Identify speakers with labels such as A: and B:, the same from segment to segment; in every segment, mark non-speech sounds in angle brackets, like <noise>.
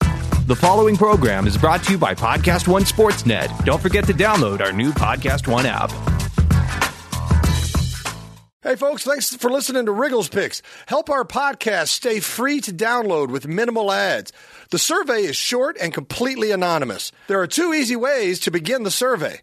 A: The following program is brought to you by Podcast One Sportsnet. Don't forget to download our new Podcast One app.
B: Hey, folks, thanks for listening to Wriggles Picks. Help our podcast stay free to download with minimal ads. The survey is short and completely anonymous. There are two easy ways to begin the survey.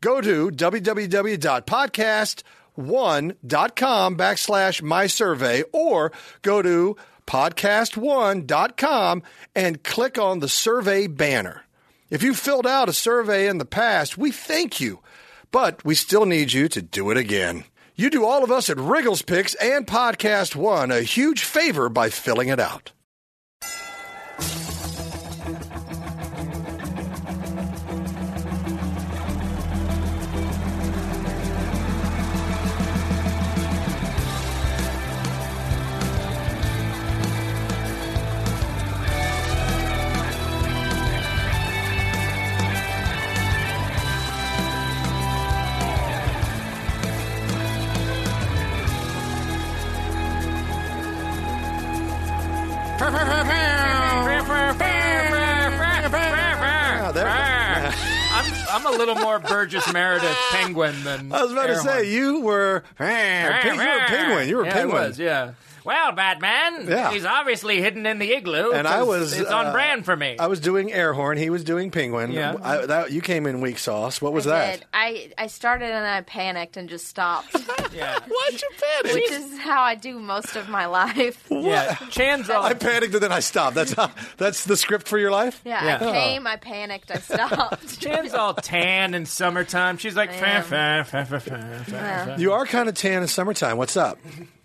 B: Go to www.podcast1.com backslash my survey or go to podcast1.com and click on the survey banner. If you filled out a survey in the past, we thank you, but we still need you to do it again. You do all of us at Wriggles Picks and Podcast One a huge favor by filling it out.
C: I'm, I'm a little more Burgess Meredith penguin than
B: I was about to say you were you were a penguin. You were a
C: yeah, I
B: penguin.
C: was, yeah. Well, Batman,
B: Yeah.
C: he's obviously hidden in the igloo.
B: And I
C: 'cause
B: was
C: it's on
B: uh,
C: brand for me.
B: I was doing air horn. He was doing penguin.
C: Yeah.
B: I, that, you came in weak sauce. What was
D: I
B: that?
D: did. I, I started and I panicked and
B: <laughs>
D: just stopped,
C: yeah.
B: Why'd you panic?
D: which is how I do most of my <laughs> life.
C: Yeah. Chan's
B: <laughs>
C: all.
B: I panicked and then I stopped. That's how, that's the script for your life.
D: Yeah,
C: Yeah.
D: I came, I panicked,
B: <laughs>
D: I stopped.
C: Chan's all tan in summertime. She's like,
D: I am.
C: fa, fa, fa, fa, fa, fa, fa.
B: You are kind of tan in summertime. What's up?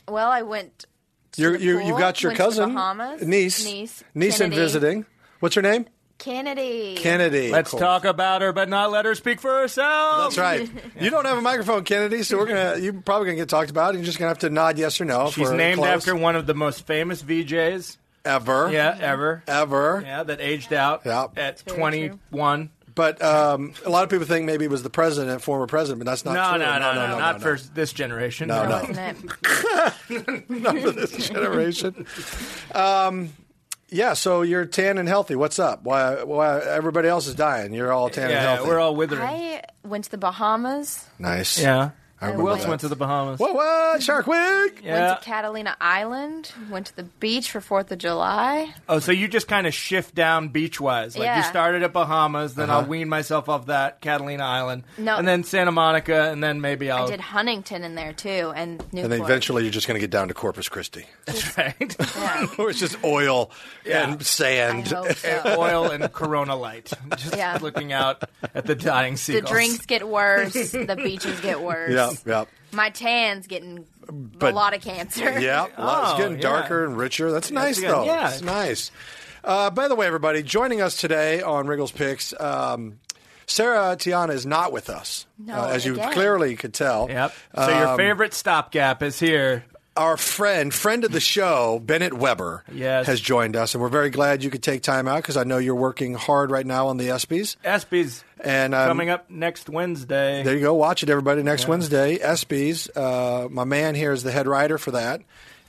D: well, I went. To
B: You're,
D: the
B: you
D: pool,
B: you've got your
D: went
B: cousin,
D: to the Bahamas,
B: niece,
D: niece,
B: niece, and
D: Kennedy.
B: visiting. What's her name?
D: Kennedy.
B: Kennedy. of
C: Let's
B: course.
C: talk about her, but not let her speak for herself.
B: That's
D: <laughs>
B: right. You don't have a microphone, Kennedy, so we're gonna. You're probably gonna get talked about. And you're just gonna have to nod yes or no.
C: She's
B: for
C: named
B: close.
C: after one of the most famous VJs.
B: ever.
C: Yeah, ever.
B: Ever.
C: Yeah, that aged out
B: Yep.
C: at
D: very
C: 21.
B: But um, a lot of people think maybe it was the president, former president, but that's not
C: No, no,
B: true.
C: no, no,
B: no,
C: not
B: no.
C: for this generation.
B: No, no.
D: Wasn't
B: <laughs>
D: it?
B: Not for this <laughs> generation. Um, yeah, so you're tan and healthy. What's up? Why, why everybody else is dying? You're all tan and
C: Yeah,
B: healthy.
C: we're all withering.
D: I went to the Bahamas.
B: nice.
C: yeah.
B: I
C: Who
B: remember
C: else
B: that.
C: went to the Bahamas?
B: What? What? Shark wig.
C: Yeah.
D: Went to Catalina Island. Went to the beach for Fourth of July.
C: Oh, so you just kind of shift down beach wise. Like you
D: Yeah.
C: started at Bahamas, then
B: Uh-huh.
C: I'll wean myself off that, Catalina Island,
D: No.
C: and then Santa Monica, and then maybe I'll. <laughs>
D: I did Huntington in there too, and Newport.
B: Oh. And then eventually you're just going to get down to Corpus
C: <laughs>
B: Christi,
C: That's right.
D: Yeah.
B: <laughs> where it's just oil
C: Yeah.
B: and <laughs>
D: I
B: sand.
D: hope so.
C: Oil and Corona Light. <laughs> Just
D: Yeah.
C: looking out at the dying
D: the
C: seagulls.
D: drinks get worse. the
B: <laughs>
D: beaches get worse.
B: Yeah, yeah,
D: My tan's getting
B: But-
D: a lot of
B: <laughs>
C: <laughs>
D: cancer.
B: yeah. Well,
C: Oh,
B: it's getting
C: yeah.
B: darker and richer. That's nice,
C: good.
B: though.
C: Yeah.
B: It's nice. Uh, by the way, everybody, joining us today on Wriggles Picks, um, Sarah Tiana is not with us,
D: No,
B: uh, as you
D: again.
B: clearly could tell.
C: Yep. So your
B: Um,
C: favorite stopgap is here.
B: our friend, friend of the show, Bennett Weber,
C: Yes.
B: has joined us, and we're very glad you could take time out because I know you're working hard right now on the ESPYS.
C: ESPY's
B: And um,
C: coming up next Wednesday.
B: There you go. Watch it, everybody. Next Wednesday, ESPYS. Uh, my man here is the head writer for that.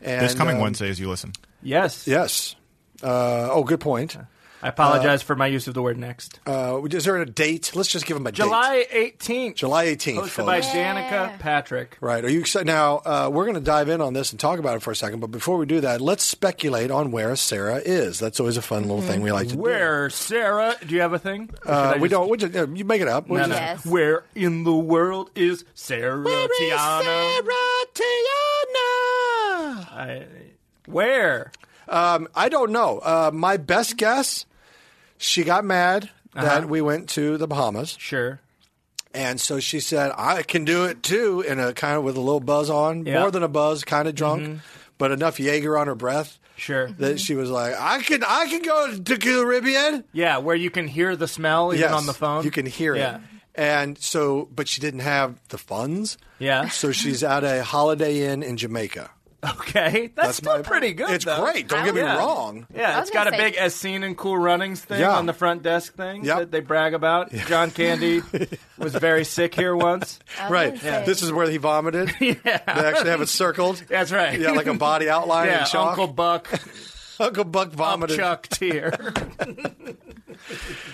B: And,
E: This coming
B: um,
E: Wednesday as you listen.
C: yes.
B: Yes. Uh, oh, good point.
C: I apologize for my use of the word next.
B: Uh, is there a date? Let's just give him a date.
C: July 18th.
B: July 18th.
C: Hosted
B: folks.
C: by
D: Yeah.
C: Danica Patrick.
B: Right. Are you excited? Now, uh, we're going to dive in on this and talk about it for a second. But before we do that, let's speculate on where Sarah is. That's always a fun little thing we like to do.
C: Where, Sarah? Do you have a thing? Or should
B: Uh,
C: I
B: we
C: just-
B: don't. We just, uh, you make it up. We
C: No, no.
B: just-
D: Yes.
C: Where in the world is Sarah Tiana? I, where?
B: Um, I don't know. Uh, my best guess, she got mad
C: Uh-huh.
B: that we went to the Bahamas,
C: Sure.
B: and so she said, "I can do it too," in a kind of with a little buzz on,
C: Yeah. Mm-hmm.
B: more than a buzz, kind of drunk, but enough Jaeger on her breath
C: Sure.
B: that she was like, "I can, I can go to Caribbean."
C: yeah, where you can hear the smell even
B: Yes,
C: on the phone.
B: you can hear
C: yeah.
B: it. And so, but she didn't have the funds.
C: Yeah. <laughs>
B: So she's at a Holiday Inn in Jamaica.
C: Okay. That's, still
B: my-
C: pretty good.
B: It's
C: though.
B: great. Don't get me
C: Yeah.
B: wrong.
C: Yeah,
D: I
C: it's
D: was
C: got
D: gonna
C: a
D: say-
C: big as seen in Cool Runnings thing
B: Yeah.
C: on the front desk thing
B: Yep.
C: that they brag about.
B: <laughs>
C: John Candy was very sick here once.
D: <laughs>
B: Right.
D: Yeah.
B: This is where he
C: <laughs>
B: vomited. yeah. They actually have it circled.
C: That's right.
B: Yeah, like a body outline <laughs>
C: Yeah,
B: in chalk.
C: Uncle Buck.
B: Uncle Buck vomited.
C: Chuck
B: <laughs>
C: tier.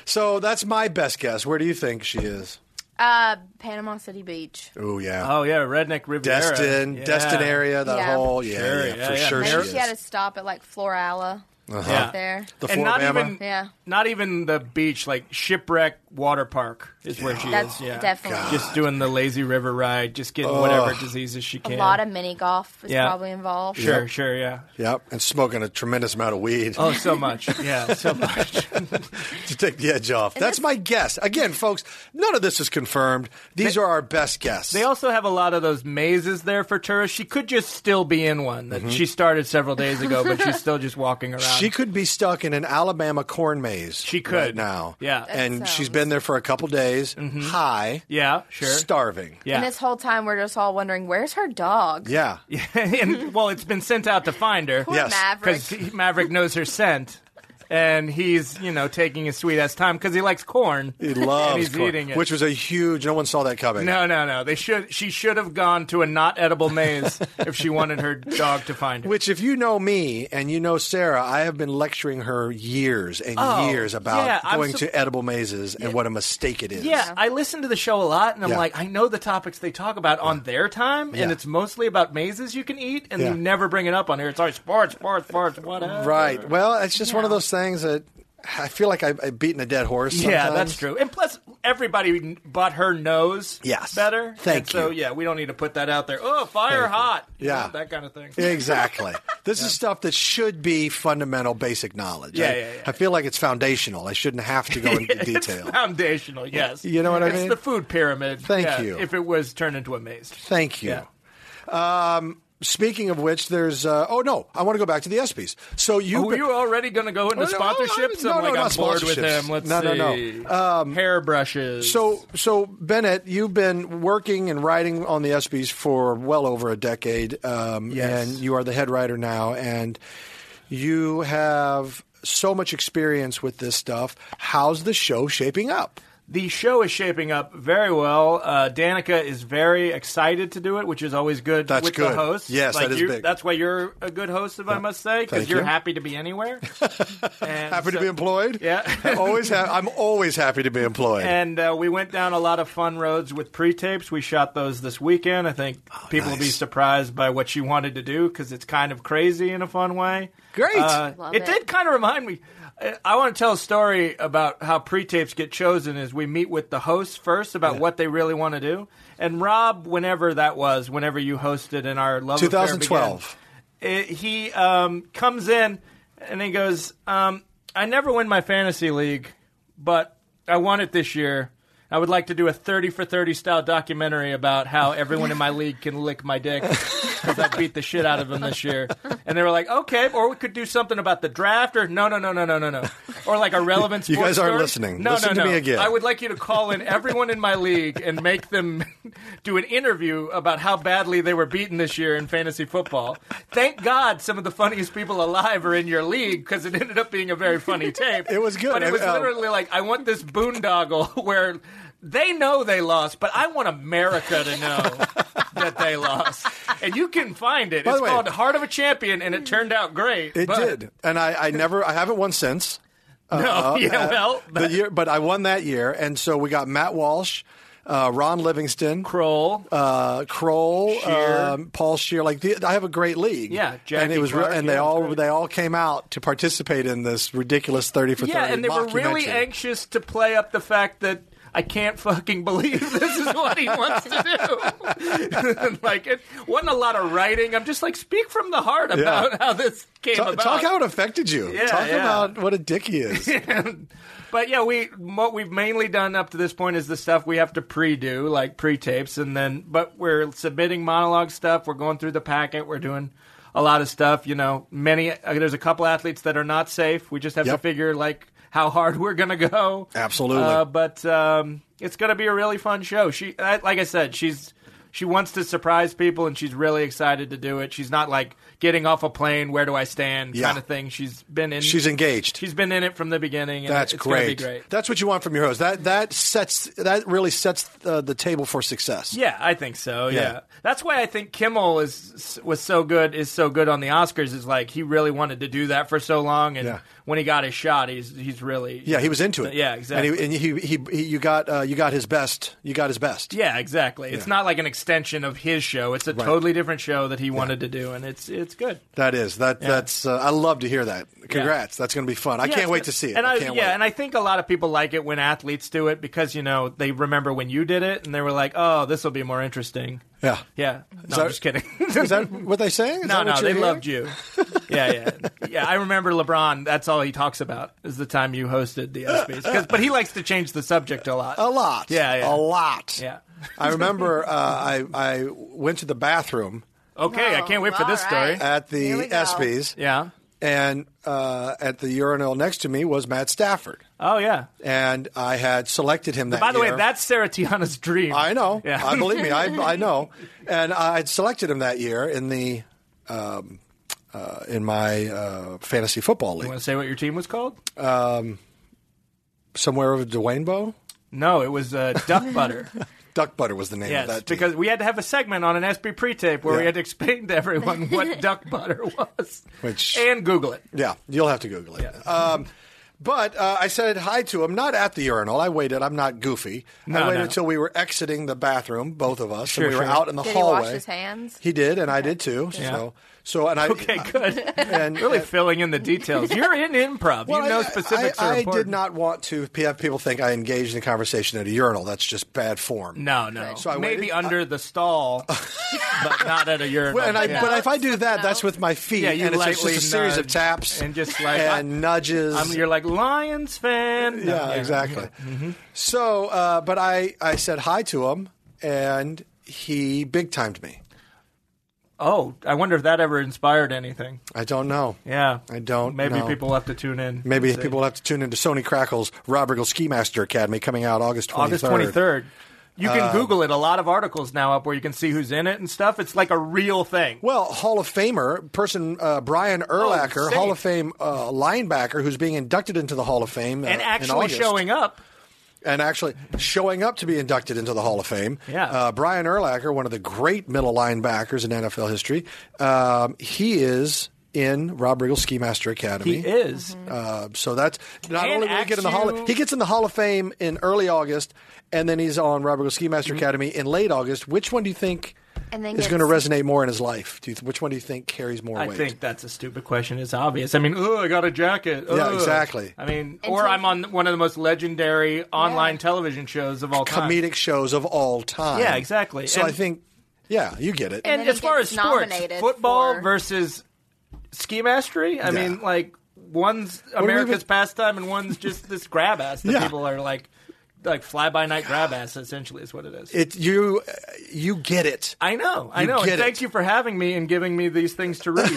B: So that's my best guess. Where do you think she is?
D: <laughs> Uh, Panama City Beach.
B: Oh yeah,
C: oh yeah, redneck Riviera.
B: Destin,
C: yeah.
B: Destin area, that
D: Yeah.
B: whole yeah,
C: Sure,
B: yeah,
C: yeah,
B: for sure.
C: yeah.
D: I
B: She
D: think
B: is. Uh-huh.
D: she had to stop at like Florala
C: Yeah.
D: out there.
B: the
C: and not
B: Floribama.
C: even,
D: Yeah.
C: not even the beach, like shipwreck water park is where she
D: That's
C: is. Yeah,
D: definitely- God.
C: just doing the lazy river ride, just getting whatever diseases she
D: A
C: can.
D: lot of mini golf is
C: Yeah.
D: probably involved.
C: sure, sure, yeah.
B: Yep, and smoking a tremendous amount of weed
C: Oh, so much, yeah, so much.
B: <laughs> to take the edge off. That's
D: this-
B: my guess. Again, folks, none of this is confirmed. These are our best guess.
C: They also have a lot of those mazes there for tourists. She could just still be in one that she started several days ago, but
D: <laughs>
C: she's still just walking around.
B: Mm-hmm. she could be stuck in an Alabama corn maze.
C: Um, She could.
B: right now.
C: Yeah. That
B: and she's
D: sounds-
B: been there for a couple days, high,
C: yeah, sure.
B: starving.
C: yeah.
D: And this whole time we're just all wondering where's her dog.
B: Yeah.
C: <laughs> and, well, it's been sent out to find her.
D: Poor
B: Yes.
D: Maverick.
C: because Maverick knows her scent, and he's you know taking his sweet ass time because he likes corn.
B: He loves
C: <laughs> and he's
B: corn,
C: eating it.
B: which was a huge. No one saw that coming.
C: no, no, no. They should. She should have gone to a not
B: <laughs>
C: edible maze if she wanted her dog to find her.
B: Which, if you know me and you know Sarah, I have been lecturing her years and
C: Oh,
B: years about
C: yeah, I'm
B: going
C: so-
B: to edible mazes and what a mistake it is.
C: yeah, I listen to the show a lot, and I'm
B: Yeah.
C: like, I know the topics they talk about on their time,
B: Yeah.
C: and it's mostly about mazes you can eat, and
B: Yeah.
C: you never bring it up on here. It's always sports, sports, sports, whatever.
B: Right. Well, it's just one of
D: Yeah.
B: those things that I feel like I, I've beaten a dead horse.
C: Yeah,
B: sometimes.
C: that's true. And plus, everybody but her knows
B: Yes.
C: better.
B: Thank
C: and So
B: you.
C: yeah, we don't need to put that out there. Oh, fire hot. You
B: Yeah.
C: know, that kind of thing. <laughs>
B: Exactly. This is stuff that should be fundamental, basic knowledge.
C: Yeah,
B: I,
C: yeah, yeah.
B: I feel like it's foundational. I shouldn't have
C: <laughs>
B: to go into detail.
C: It's foundational, yes.
B: You know what I
C: it's
B: mean?
C: the food pyramid.
B: Thank
C: yeah,
B: you.
C: If it was turned into a maze.
B: Thank you.
C: Yeah.
B: Um, speaking of which, there's. Uh, oh no, I want to go back to the ESPYS. So you.
C: Were you already going to go into
B: Oh, no,
C: sponsorships?
B: no,
C: I'm
B: no,
C: like,
B: not
C: I'm bored with
B: sponsorships.
C: him. Let's
B: No, no, no. Um,
C: see. Hairbrushes.
B: So, so Bennett, you've been working and writing on the ESPYS for well over a decade, um,
C: Yes.
B: and you are the head writer now, and you have so much experience with this stuff. How's the show shaping up?
C: the show is shaping up very well. Uh, Danica is very excited to do it, which is always good
B: That's
C: with
B: good.
C: the host.
B: Yes, that is
C: you-
B: big.
C: That's why you're a good host, if I must say,
B: Thank
C: because you're
B: you.
C: happy to
B: <laughs>
C: be anywhere. And
B: Happy to
C: so-
B: be employed.
C: Yeah.
B: I'm <laughs> always ha- I'm always happy to be employed.
C: And uh, we went down a lot of fun roads with pre-tapes. We shot those this weekend. I think people will
B: Oh,
C: be
B: nice.
C: surprised by what she wanted to do because it's kind of crazy in a fun way.
B: Great.
C: Uh,
D: Love
C: it,
D: it.
C: did kind of remind me. I- I want to tell a story about how pre-tapes get chosen. Is we meet with the hosts first about what they really want to do. And Rob, whenever that was, whenever you hosted in our love affair began,
B: 2012.
C: it, eh, he um, comes in and he goes, um, I never win my fantasy league, but I won it this year. I would like to do a 30 for 30 style documentary about how everyone in my league can lick my dick because I beat the shit out of them this year. And they were like, okay, or we could do something about the draft or no, no, no, no, no, no, no. Or like a relevant
B: You
C: sports
B: guys aren't
C: story.
B: listening.
C: No,
B: Listen
C: no,
B: to
C: no.
B: me again.
C: I would like you to call in everyone in my league and make them <laughs> do an interview about how badly they were beaten this year in fantasy football. Thank God some of the funniest people alive are in your league because it ended up being a
B: <laughs>
C: very funny tape.
B: It was good.
C: But it was
B: Um,
C: literally like, I want this boondoggle <laughs> where they know they lost, but I want America to know that they lost. And you can find it.
B: By
C: it's
B: the way-
C: called Heart of a Champion, and it turned out great.
B: it
C: but-
B: did, and I, I never I haven't won since.
C: <laughs> No, yeah,
B: Uh,
C: well,
B: the year, but I won that year, and so we got Matt Walsh, uh, Ron Livingston,
C: Kroll.
B: uh, Kroll,
C: Shear.
B: um, Paul Shear. Like the, I have a great league.
C: Yeah,
B: and
C: Jackie
B: it was, re-
C: Clark,
B: and
C: yeah,
B: they
C: it was
B: all
C: great.
B: they all came out to participate in this ridiculous thirty for
C: Yeah,
B: thirty.
C: and they were really
B: mockumentary.
C: anxious to play up the fact that I can't fucking believe <laughs> this is what he wants to do. <laughs> like it wasn't a lot of writing. I'm just like speak from the heart about how this came
B: Ta-
C: about.
B: Talk how it affected you.
C: Yeah,
B: Talk
C: yeah.
B: about what a dick he
C: <laughs>
B: is.
C: But yeah, we what we've mainly done up to this point is the stuff we have to pre-do, like pre-tapes, and then but we're submitting monologue stuff. We're going through the packet. We're doing a lot of stuff. You know, many uh, there's a couple athletes that are not safe. We just have to
B: Yep.
C: figure like how hard <laughs> we're gonna go.
B: Absolutely.
C: Uh, but um, it's gonna be a really fun show. She, I, like I said, she's. She wants to surprise people, and she's really excited to do it. She's not like getting off a plane. Where do I stand?
B: Yeah.
C: Kind of thing. She's been in.
B: She's engaged.
C: She's been in it from the beginning. And
B: That's
C: it's gonna
B: great.
C: Be great.
B: That's what you want from your host. That that sets that really sets uh, the table for success.
C: Yeah, I think so. Yeah.
B: Yeah.
C: that's why I think Kimmel is was so good is so good on the Oscars is like he really wanted to do that for so long, and
B: Yeah.
C: when he got his shot, he's he's really
B: Yeah, he was into it.
C: Yeah, exactly.
B: And he, and he, he, he you got uh, you got his best. You got his best.
C: yeah, exactly. It's not like an extension of his show. It's a totally different show that he wanted to do, and it's it's good.
B: That is that. That's. Uh, I love to hear that. Congrats. That's going to be fun. I
C: Yeah,
B: can't
C: it's
B: wait
C: good.
B: to see it.
C: And
B: I, can't
C: yeah,
B: wait.
C: and I think a lot of people like it when athletes do it because you know they remember when you did it, and they were like, "Oh, this will be more interesting."
B: yeah.
C: Yeah, no,
B: that-
C: I'm just kidding. <laughs>
B: Is that what they saying? Is
C: No,
B: that
C: no,
B: what
C: they
B: you're hearing? <laughs>
C: loved you. Yeah, yeah, yeah. I remember LeBron. That's all he talks about is the time you hosted the ESPYS. 'Cause- But he likes to change the subject a lot.
B: a lot.
C: Yeah, yeah.
B: a lot.
C: Yeah.
B: I remember uh, I I went to the bathroom
C: Okay, I can't wait for this
D: All
C: story.
D: right.
B: at the
D: Here we go.
B: ESPYS,
C: Yeah.
B: and uh, at the urinal next to me was Matt Stafford,
C: Oh yeah.
B: and I had selected him that.
C: By the way,
B: year.
C: that's Sarah Tiana's dream.
B: I know.
C: Yeah.
B: I believe me. I, I
C: <laughs>
B: know. And I had selected him that year in the um, uh, in my uh, fantasy football
C: Want
B: league,
C: to say what your team was called?
B: somewhere over Dwayne Bow.
C: No, it was uh,
B: <laughs>
C: Duck Butter.
B: Duck Butter was the name of
C: yes,
B: that team.
C: because we had to have a segment on an SB pre-tape where
B: Yeah.
C: we had to explain to everyone what Duck Butter was,
B: Which-
C: and Google it.
B: yeah, you'll have to Google it. Um, but uh, I said hi to him, not at the urinal. I waited. I'm not goofy. I
C: No,
B: waited
C: no.
B: until we were exiting the bathroom, both of us,
C: Sure,
B: and we were
C: sure.
B: out in the
D: Did he
B: hallway.
D: wash his hands?
B: He did, and I did too. So, so, and I
C: Okay, good.
B: and
C: Really filling in
B: <laughs>
C: the details. You're in improv.
B: Well,
C: you know
B: I-
C: specifics
B: I,
C: are
B: I
C: important.
B: did not want to p- have people think I engaged in a conversation at a urinal. That's just bad form.
C: No, no.
B: So I
C: Maybe
B: waited-
C: under
B: <laughs>
C: the stall, but not at a urinal.
B: Well, and I,
C: yeah.
B: But if I do that, that's with my feet,
C: Yeah, you
B: and it's just
C: lightly
B: a series of
C: nudge
B: taps
C: and just like-
B: and nudges.
C: I'm- you're like Lions fan. No,
B: yeah, exactly.
C: Mm-hmm.
B: So, uh, but I I said hi to him, and he big timed me.
C: Oh, I wonder if that ever inspired anything.
B: I don't know.
C: Yeah,
B: I don't
C: Maybe
B: know.
C: people will have to tune in.
B: Maybe
C: and see.
B: people will have to tune into Sony Crackle's Rob Riggle Ski Master Academy coming out August 23rd.
C: August 23rd. You
B: Um,
C: can Google it. A lot of articles now up where you can see who's in it and stuff. It's like a real thing.
B: Well, Hall of Famer person uh, Brian
C: Oh,
B: Erlacher,
C: saint.
B: Hall of Fame uh, linebacker, who's being inducted into the Hall of Fame, uh,
C: and
B: in
C: actually
B: August.
C: showing up.
B: and actually showing up to be inducted into the Hall of Fame.
C: Yeah.
B: uh, Brian Erlacher, one of the great middle linebackers in NFL history, um, he is in Rob Riggle's Ski Master Academy.
C: He is.
B: Uh, so that's not
C: And
B: only will he get in the Hall.
C: Axew-
B: He gets in the Hall of Fame in early August, and then he's on Rob Riggle's Ski Master
C: Mm-hmm.
B: Academy in late August. Which one do you think?
D: And then
B: is
D: gets-
B: going to resonate more in his life. Do you, which one do you think carries more
C: I
B: weight?
C: think that's a stupid question. It's obvious. I mean, oh, I got a jacket.
B: Yeah,
C: Ugh.
B: exactly.
C: I mean,
D: And
C: or
D: so-
C: I'm on one of the most legendary online television shows of all time.
B: comedic shows of all time.
C: Yeah, exactly.
B: So
C: And-
B: I think, yeah, you get it.
C: and,
D: then
C: as
D: he
C: far as
D: gets
C: sports,
D: nominated
C: football
D: for-
C: versus ski mastery. I
B: Yeah.
C: mean, like one's
B: do we
C: America's
B: even-
C: pastime and one's just this grab ass
B: <laughs>
C: that
B: Yeah.
C: people are like, like fly by night grab ass. Essentially, is what it is.
B: it you you get it.
C: I know, I
B: You
C: know. And
B: get it.
C: thank you for having me and giving me these things to
B: <laughs>
C: read.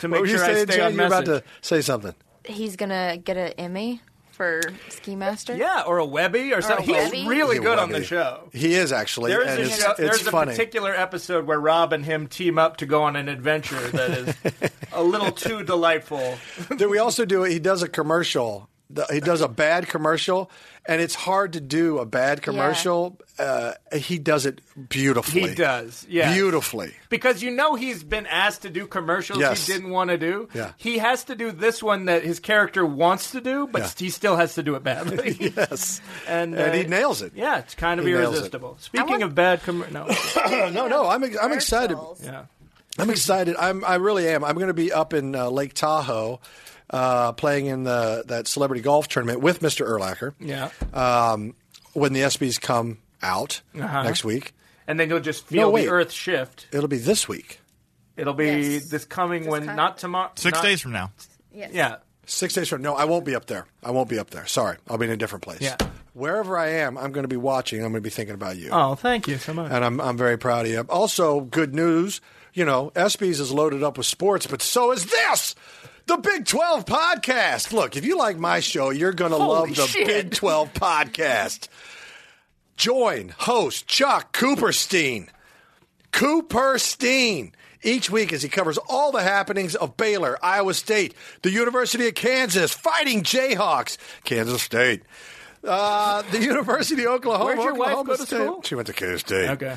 C: to make
B: Were you
C: sure I
B: saying,
C: stay
B: Jen,
C: on
B: you're
C: message.
B: about to say something?
D: He's gonna get an Emmy for Ski Master.
C: Yeah, or a Webby or something.
D: a
C: He's
D: Webby.
C: really
B: He
C: good
B: will
C: on the
B: be.
C: show.
B: He is actually,
C: There is
B: and
C: a,
B: it's,
C: show,
B: it's
C: there's a
B: funny.
C: particular episode where Rob and him team up to go on an adventure that is
B: <laughs>
C: a little too delightful.
B: Then we also do he does a commercial. The- He does a bad commercial, and it's hard to do a bad commercial. Uh, he does it beautifully.
C: He does, yes.
B: beautifully.
C: Because you know he's been asked to do commercials
B: Yes.
C: he didn't want to do.
B: Yeah.
C: He has to do this one that his character wants to do, but
B: Yeah.
C: he still has to do it badly.
B: <laughs> Yes,
C: And,
B: and
C: uh,
B: he nails it.
C: Yeah, it's kind of
B: He nails it.
C: irresistible. Speaking
D: want-
C: of bad commercials. No.
B: No, no, Oh, I'm I'm excited.
D: Commercials.
C: yeah.
B: I'm excited. I'm, I really am. I'm going to be up in uh, Lake Tahoe uh, playing in the that celebrity golf tournament with Mr. Erlacher.
C: Yeah.
B: Um, when the ESPYS come out
C: Mm. Uh-huh.
B: next week,
C: And then you'll just feel
B: wait.
C: the earth shift.
B: it'll be this week,
C: It'll be
D: Yes.
C: this coming when,
D: coming.
C: not tomorrow.
E: Six
C: not-
E: days from now.
D: Yes.
C: Yeah.
B: six days from. No, I won't be up there. I won't be up there. Sorry, I'll be in a different place.
C: Yeah.
B: Wherever I am, I'm going to be watching. I'm going to be thinking about you,
C: Oh, thank you so much.
B: and I'm I'm very proud of you. Also, good news. You know, ESPYS is loaded up with sports, but so is this. The Big 12 podcast. Look, if you like my show, you're going to love the
C: shit.
B: Big 12 podcast. Join host Chuck Cooperstein. Cooperstein each week as he covers all the happenings of Baylor, Iowa State, the University of Kansas, fighting Jayhawks, Kansas State, uh, the <laughs> University of Oklahoma.
C: Where'd your wife
B: Oklahoma
C: go to
B: State.
C: school?
B: She went to Kansas State.
C: Okay.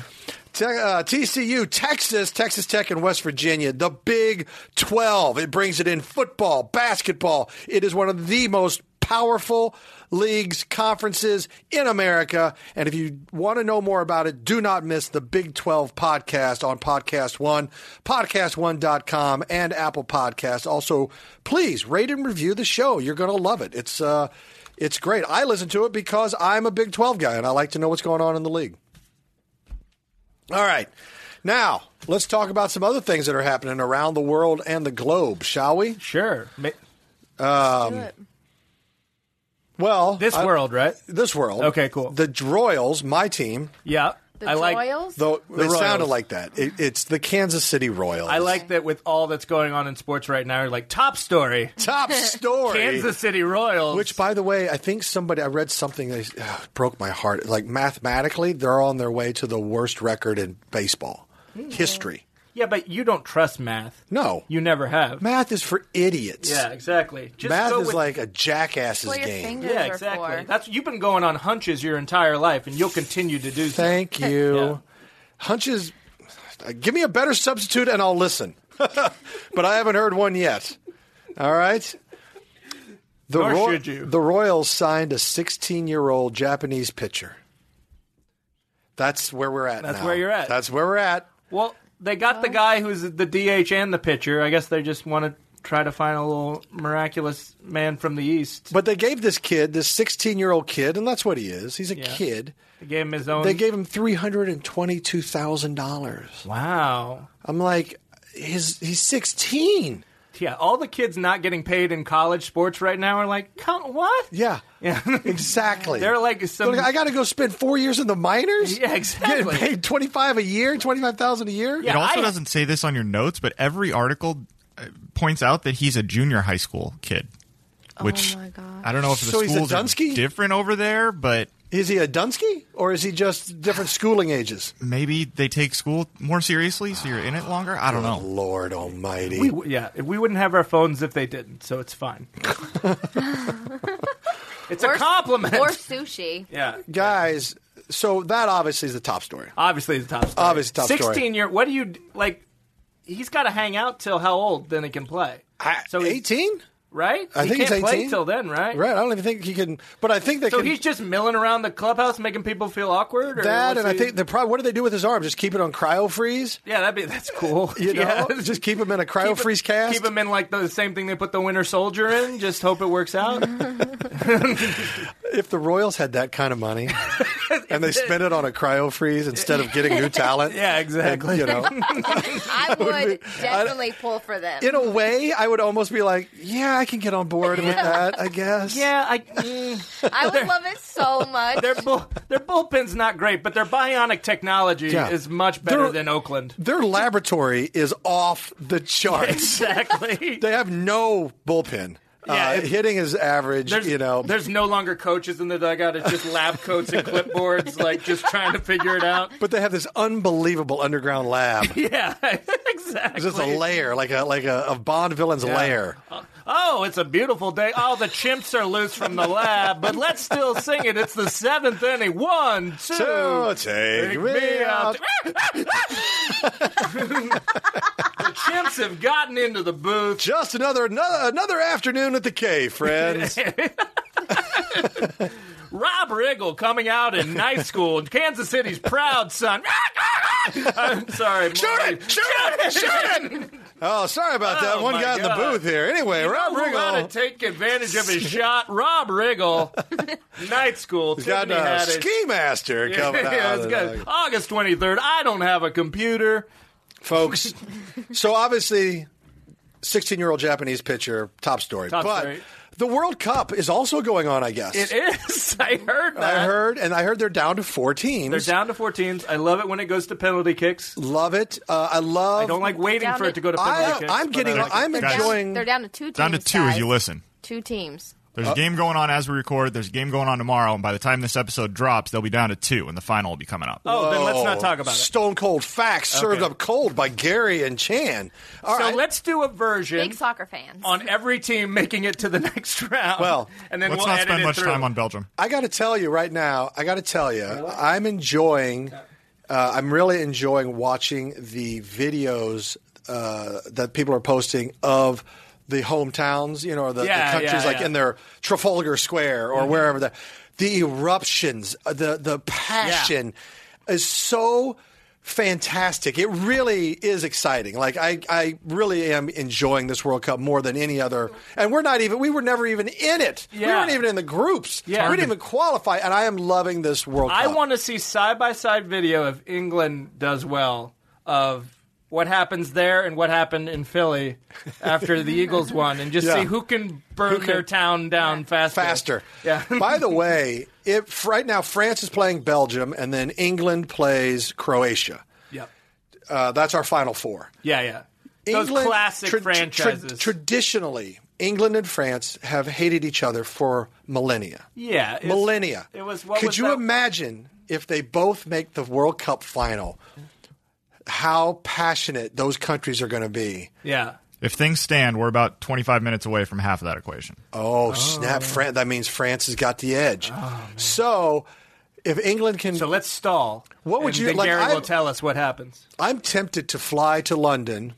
B: Te- uh, TCU, Texas, Texas Tech, and West Virginia, the Big 12. It brings it in football, basketball. It is one of the most powerful leagues, conferences in America. And if you want to know more about it, do not miss the Big 12 podcast on Podcast One, podcast1.com, and Apple Podcasts. Also, please rate and review the show. You're going to love it. It's, uh, it's great. I listen to it because I'm a Big 12 guy and I like to know what's going on in the league. All right. Now, let's talk about some other things that are happening around the world and the globe, shall we?
C: Sure. Ma-
B: Um,
D: Do it.
B: Well,
C: This
B: I-
C: world, right?
B: This world.
C: Okay, cool.
B: The Royals, my team,
C: Yeah.
D: The
C: I like
D: Royals?
B: though it
C: Royals.
B: sounded like that. It, it's the Kansas City Royals.
C: I like that with all that's going on in sports right now, like top story. <laughs>
B: top story.
C: Kansas City Royals.
B: Which, by the way, I think somebody I read something that uh, broke my heart. Like mathematically, they're on their way to the worst record in baseball history.
C: Yeah, but you don't trust math.
B: No,
C: Hmm. You never have.
B: math is for idiots.
C: Yeah, exactly. Just
B: math
C: go
B: is
C: with-
B: like a jackass's
D: Well, your
B: game.
D: fingers
C: Yeah,
D: are
C: exactly.
D: for.
C: That's you've been going on hunches your entire life, and you'll continue to do so.
B: Thank you.
C: Yeah.
B: Hunches, give me a better substitute and I'll listen. <laughs> but I haven't heard one yet. All right. The,
C: Nor should you.
B: the Royals signed a 16 year old Japanese pitcher. That's where we're at
C: That's
B: now.
C: where you're at.
B: That's where we're at.
C: Well, they got the guy who's the DH and the pitcher. I guess they just want to try to find a little miraculous man from the east.
B: But they gave this kid, this 16 year old kid, and that's what he is. He's a
C: Yeah.
B: kid.
C: They gave him his own.
B: They gave him $322,000.
C: wow.
B: I'm like, his, he's 16.
C: Yeah, all the kids not getting paid in college sports right now are like, come what?
B: Yeah.
C: Yeah.
B: Exactly.
C: <laughs> They're like some.
B: Look, I got to go spend four years in the minors.
C: Yeah, exactly.
B: Getting paid twenty five a year, twenty five thousand a year.
C: Yeah.
E: It also
C: I-
E: doesn't say this on your notes, but every article uh, points out that he's a junior high school kid. Which
D: my God.
E: I don't know if the
B: So he's a
E: schools are
B: Dunsky?
E: different over there, but
B: Is he a Dunsky or is he just different schooling ages?
E: maybe they take school more seriously, so you're in it longer. I don't know.
B: Lord Almighty!
C: we, w- yeah, we wouldn't have our phones if they didn't, so
B: <laughs>
C: it's fine. <laughs> it's a
D: Or-
C: compliment.
D: Or sushi.
C: <laughs> yeah,
B: Guys, so that obviously is the top story.
C: obviously the top story.
B: Obviously top story.
C: Sixteen year. What do you d- like? He's got to hang out till how old? Then he can play.
B: So
C: he's-
B: eighteen,
C: right?
B: I
C: he
B: think he's
C: can't play
B: 18.
C: till then, right?
B: right? I don't even think he can. But I think they
C: So
B: can.
C: he's just milling around the clubhouse, making people feel awkward. Or
B: that,
C: what's
B: and I
C: he-
B: think the problem. What do they do with his arm? Just keep it on cryo freeze.
C: yeah, that'd be that's cool.
B: <laughs> You know,
C: <laughs> yeah.
B: just keep him in a cryo freeze cast.
C: Keep him in like the same thing they put the Winter Soldier in. Just hope it
B: <laughs>
C: works out.
B: If the Royals had that kind of
C: <laughs>
B: money and they spent it on a cryo freeze instead of getting new talent,
C: <laughs> Yeah, exactly.
B: you know, <laughs>
D: I would
B: be-
D: definitely pull for them.
B: in a way, I would almost be like, yeah, I can get on board with that, I guess.
C: yeah, I. mm.
D: I would love
C: <laughs>
D: it so much.
C: their bull, their bullpen's not great, but their bionic technology
B: Yeah.
C: is much better
B: They're-
C: than
B: <laughs>
C: Oakland.
B: Their laboratory is off the charts.
C: Exactly.
B: They have no bullpen.
C: Yeah,
B: uh,
C: it's-
B: hitting is average,
C: There's,
B: you know.
C: there's no longer coaches in the dugout. It's just lab coats and clipboards, like just trying to figure
B: <laughs>
C: it out.
B: But they have this unbelievable underground lab. It's
C: <laughs> Yeah, exactly.
B: just a layer, like a like a, a Bond villain's lair.
C: oh, it's a beautiful day. All the chimps are loose from the lab, but let's still sing it. It's the seventh inning. One, two,
B: So take,
C: Take me out. the chimps have gotten into the booth.
B: Just another, another another afternoon at the K,
C: <laughs>
B: friends.
C: Rob Riggle coming out in night school, and Kansas City's proud son. I'm sorry.
B: Shoot it! Shoot it! Shoot it! Oh, sorry about that.
C: Oh,
B: One
C: my
B: guy in the
C: God.
B: booth here. Anyway, Rob
C: Rob Riggle
B: Riggle
C: to take advantage of his shot. Rob Riggle, night school.
B: has got
C: Tiffany
B: a
C: Haddish.
B: ski master coming
C: <laughs> yeah,
B: out.
C: it's
B: of
C: good.
B: the-
C: August 23rd. I don't have a computer.
B: Folks,
C: <laughs>
B: so obviously, 16 year old Japanese pitcher, top story.
C: Top
B: but
C: story.
B: the World Cup is also going on, I guess.
C: It is. <laughs> I heard that.
B: I heard, and I heard they're down to four teams.
C: They're down to four teams. I love it when it goes to penalty kicks.
B: Love it. Uh, I love.
C: I don't like waiting
D: Down
C: for
D: to-
C: it to go to penalty
B: I,
C: kicks.
B: I'm
C: but
B: getting.
C: I like it.
B: I'm
E: Guys.
D: They're down-
B: enjoying.
D: They're down to two teams.
E: Down to two
D: guys.
E: as you listen.
D: Two teams.
E: There's a game going on as we record. There's a game going on tomorrow, and by the time this episode drops, they'll be down to two, and the final will be coming up.
C: Oh, then let's not talk about it.
B: Stone cold facts served
C: Okay.
B: up cold by Gary and Chan. All
C: so
B: right.
C: let's do a version
D: Big soccer fans.
C: on every team making it to the <laughs> next round.
B: Well,
C: and then
E: Let's
C: we'll
E: not
C: edit
E: spend
C: it
E: much
C: through.
E: time on Belgium.
B: I got to tell you right now. I got to tell you, I'm enjoying. Uh, I'm really enjoying watching the videos uh, that people are posting of the hometowns. You know, or the,
C: Yeah,
B: the countries
C: yeah,
B: like
C: yeah. Mm-hmm.
B: in their Trafalgar Square or wherever that. The eruptions, uh, the the passion is so fantastic. It really is exciting. Like I, I really am enjoying this World Cup more than any other. And we're not even. We were never even in it. We
C: Yeah.
B: weren't even in the groups.
C: Yeah.
B: We didn't even qualify, and I am loving this World
C: I
B: Cup.
C: want to see side by side video if England does well of what happens there and what happened in Philly after the Eagles won, and just
B: Yeah.
C: see who can burn their town down faster.
B: faster.
C: Yeah. <laughs>
B: By the way, if right now France is playing Belgium, and then England plays Croatia.
C: Yep.
B: Uh, that's our final four.
C: Yeah, yeah. Those
B: England-
C: classic
B: tra- tra-
C: franchises.
B: traditionally, England and France have hated each other for millennia.
C: yeah. it's-
B: millennia.
C: It was what
B: Could
C: was
B: you
C: that-
B: imagine if they both make the World Cup final? How passionate those countries are going to be.
C: Yeah.
E: If things stand, we're about 25 minutes away from half of that equation.
B: Oh, snap! Fran- that means France has got the edge. so, if England can,
C: Oh, So let's stall.
B: What would
C: and
B: you-
C: then
B: like,
C: Gary
B: I-
C: will tell us what happens.
B: I'm tempted to fly to London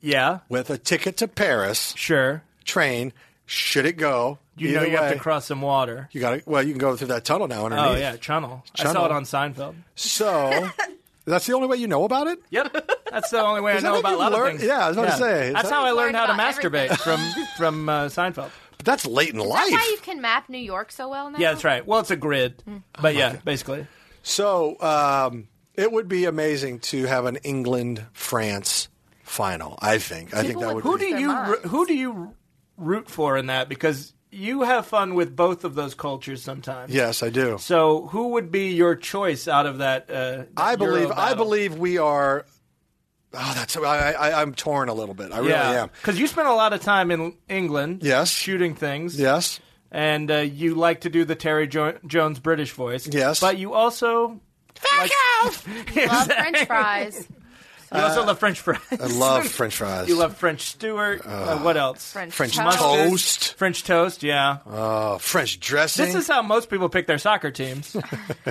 C: Yeah.
B: with a ticket to Paris
C: Sure.
B: train. Should it go?
C: You
B: Either
C: know you have
B: way,
C: to cross some water.
B: You got to. Well, you can go through that tunnel now underneath.
C: Oh yeah, Channel. I saw
B: Channel.
C: it on Seinfeld. <laughs>
B: So, that's the only way you know about it.
C: Yep. That's the only way I
B: Is that
C: know
B: how
C: about
B: you
C: a lot
B: learn-
C: of things.
B: yeah, I was about to say, is
C: That's
B: that-
C: how I learned how to
D: Learned about
C: masturbate from from uh, <laughs> Seinfeld.
B: But that's late in
D: Is that
B: life.
D: why you can map New York so well now?
C: Yeah, that's right. Well, it's a grid, but yeah, basically.
B: So um, it would be amazing to have an England France final. I think. I think
D: People
B: that would.
D: would-
C: Who
B: be,
C: do
D: their
C: you
D: minds.
C: who do you root for in that? Because you have fun with both of those cultures sometimes.
B: yes, I do.
C: So who would be your choice out of that? Uh, that
B: I believe.
C: Euro
B: I
C: battle?
B: believe we are. Oh, that's. I, I, I'm torn a little bit. I really
C: Yeah,
B: am.
C: because you spent a lot of time in England.
B: Yes.
C: shooting things.
B: Yes.
C: and uh, you like to do the Terry jo- Jones British voice.
B: Yes.
C: but you also <laughs>
D: Love French fries.
C: you
D: Uh,
C: also love French fries.
B: I love French fries.
C: <laughs> You love French Stewart. Uh, what else?
D: French,
B: French
D: toast.
B: toast.
C: French toast. Yeah.
B: uh, French dressing.
C: this is how most people pick their
B: <laughs>
C: soccer teams.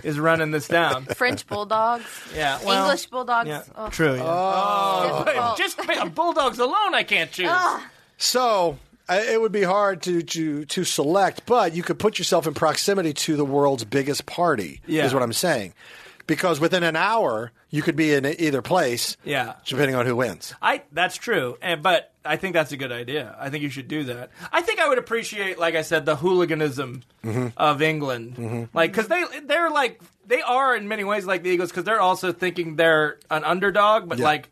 C: is running this down.
D: French bulldogs.
C: Yeah. well,
D: English bulldogs.
C: Yeah. Oh,
D: Oh,
C: True. yeah.
D: difficult.
C: Just pick- bulldogs alone, I can't
D: Oh.
C: choose.
B: so. I, it would be hard to, to to select, but you could put yourself in proximity to the world's biggest party.
C: Yeah.
B: Is what I'm saying, because within an hour you could be in either place.
C: Yeah.
B: Depending on who wins.
C: I that's true, and but I think that's a good idea. I think you should do that. I think I would appreciate, like I said, the hooliganism
B: Mm-hmm.
C: of England, like because they they're like they are in many ways like the Eagles because they're also thinking they're an underdog, but
B: Yeah.
C: like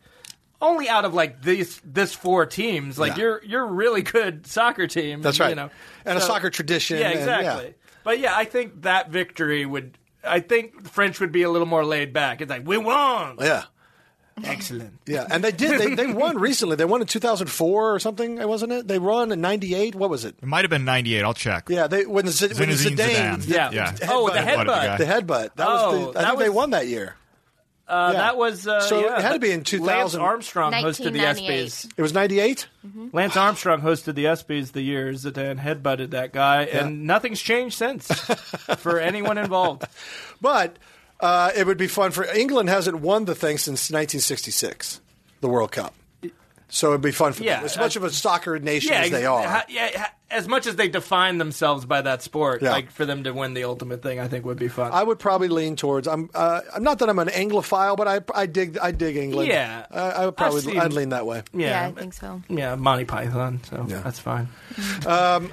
C: only out of like these this four teams, like
B: Yeah.
C: you're you're a really good <laughs> soccer team.
B: That's
C: You
B: right.
C: know,
B: And a
C: So-
B: soccer tradition.
C: Yeah,
B: and-
C: exactly. But yeah, I think that victory would. I think French would be a little more laid back. It's like we won.
B: yeah.
C: Excellent.
B: Yeah, and they did. They, they
C: <laughs>
B: won recently. They won in 2004 or something, wasn't it? They won in 98. What was it?
E: It might have been 98. I'll check.
B: Yeah, they when the Z- when the
E: Zinedine
B: Zidane,
E: Zidane.
C: Yeah.
E: Yeah.
C: Oh, the
B: Headbutt.
C: headbutt.
B: the headbutt. That was.
C: Oh,
B: The, I
C: that
B: think they
C: was-
B: won that year.
C: Uh,
B: Yeah.
C: That was uh,
B: So it
C: yeah,
B: had to be in 2000.
C: Lance Armstrong hosted the
D: 1998.
C: ESPYS.
B: It was 98.
C: Lance Armstrong hosted the ESPYS the year Zidane headbutted that guy, and nothing's changed
B: <laughs>
C: since for anyone involved.
B: But uh, it would be fun for England hasn't won the thing since 1966, the World Cup. So it'd be fun for
C: Yeah,
B: them. As much
C: uh,
B: of a soccer nation
C: Yeah,
B: as they
C: ex-
B: are.
C: ha- yeah, ha- as much as they define themselves by that sport,
B: Yeah.
C: like for them to win the ultimate thing, I think would be fun.
B: I would probably lean towards. I'm. Uh, I'm not that I'm an Anglophile, but I. I dig. I dig England.
C: Yeah.
B: I, I would
C: I've
B: probably.
C: seen-
B: I'd lean that way.
D: Yeah,
C: yeah,
D: I think so.
C: yeah, Monty Python. So
B: Yeah.
C: that's fine.
B: So.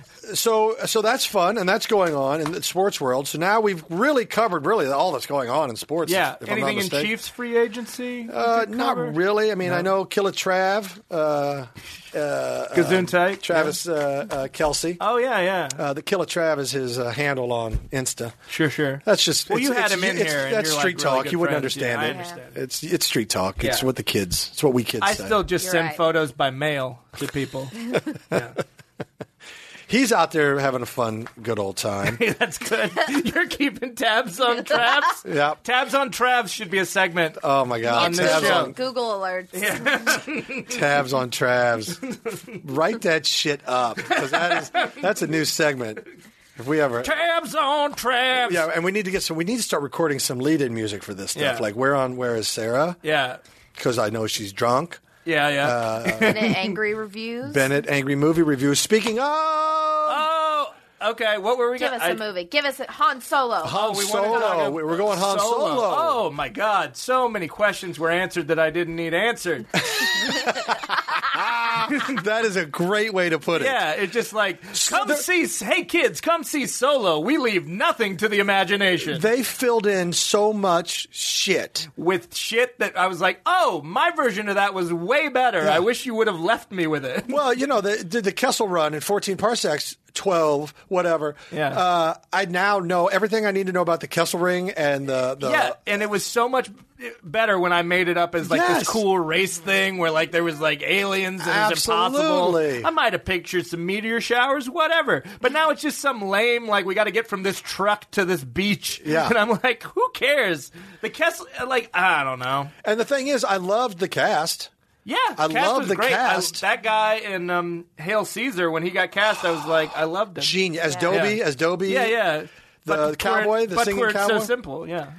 B: So that's fun, and that's going on in the sports world. So now we've really covered really all that's going on in sports.
C: Yeah,
B: If I'm not
C: anything in
B: mistaken.
C: Chiefs free agency?
B: Uh, not really. I mean, I know Killatrav, uh,
C: Gesundheit.
B: Travis uh, uh, Kelsey.
C: Oh yeah, yeah.
B: Uh, the Killatrav is his uh, handle on Insta.
C: sure, sure.
B: That's just.
C: Well,
B: it's-
C: you had
B: it's-
C: him in
B: it's-
C: here, and
B: That's
C: you're, like,
B: street
C: really
B: talk.
C: good
B: you wouldn't
C: friends. Yeah,
B: understand
C: I
B: it.
C: understand.
B: It's it's street talk. It's
C: Yeah.
B: what the kids. It's what we kids
C: I
B: say.
C: still just
D: You're
C: send
D: <laughs> right.
C: photos by mail to people. yeah.
B: He's out there having a fun, good old
C: <laughs>
B: time.
C: That's good. You're keeping tabs
D: <laughs>
C: on Travs.
B: Yep.
C: Tabs on Travs should be a segment.
B: Oh my God!
C: this
B: Tabs
C: show.
B: on,
D: Google alerts.
B: tabs on Travs. Write that shit up because that is that's a new segment. If we ever,
C: tabs on Travs.
B: yeah, and we need to get some. We need to start recording some lead-in music for this stuff.
C: Yeah.
B: Like, where on where is Sarah?
C: Yeah.
B: Because I know she's drunk.
C: Yeah. Yeah.
B: Uh,
D: Bennett angry reviews.
B: Bennett, angry movie review. Speaking of
C: oh. Okay. What were we
D: Give
C: going
D: us a movie. Give us a Han Solo.
B: Han
C: we wanted to
B: Solo,
C: talk-
B: we we're going Han Solo.
C: Oh my God! So many questions were answered that I didn't need answered.
B: <laughs> <laughs> That is a great way to put it.
C: Yeah, it's just like come
B: there-
C: see. Hey kids, come see Solo. We leave nothing to the imagination
B: They filled in so much shit.
C: with shit that I was like, oh, my version of that was way better.
B: Yeah.
C: I wish you would have left me with it. <laughs>
B: Well, you know, the, the, the Kessel Run in 14 parsecs, 12, whatever.
C: Yeah.
B: Uh, I now know everything I need to know about the Kessel Ring and the. the
C: yeah, and it was so much better when I made it up as like
B: Yes.
C: this cool race thing where like there was like aliens and it was
B: Absolutely.
C: impossible. I might have pictured some meteor showers, whatever. But now it's just some lame like we got to get from this truck to this beach. <laughs>
B: Yeah.
C: and I'm like, who cares? The Kessel, like I don't know.
B: And the thing is, I loved the cast.
C: Yeah,
B: I
C: cast
B: love
C: was
B: the
C: great. I-
B: cast.
C: that guy in um, Hail Caesar when he got cast, I was like, I loved him.
B: Genius. As Dobie,
C: Yeah.
B: as Dobie.
C: yeah, yeah.
B: The
C: to where it-
B: cowboy, the
C: but to
B: singing
C: where it's
B: cowboy?
C: so simple.
B: <laughs>
C: Yeah,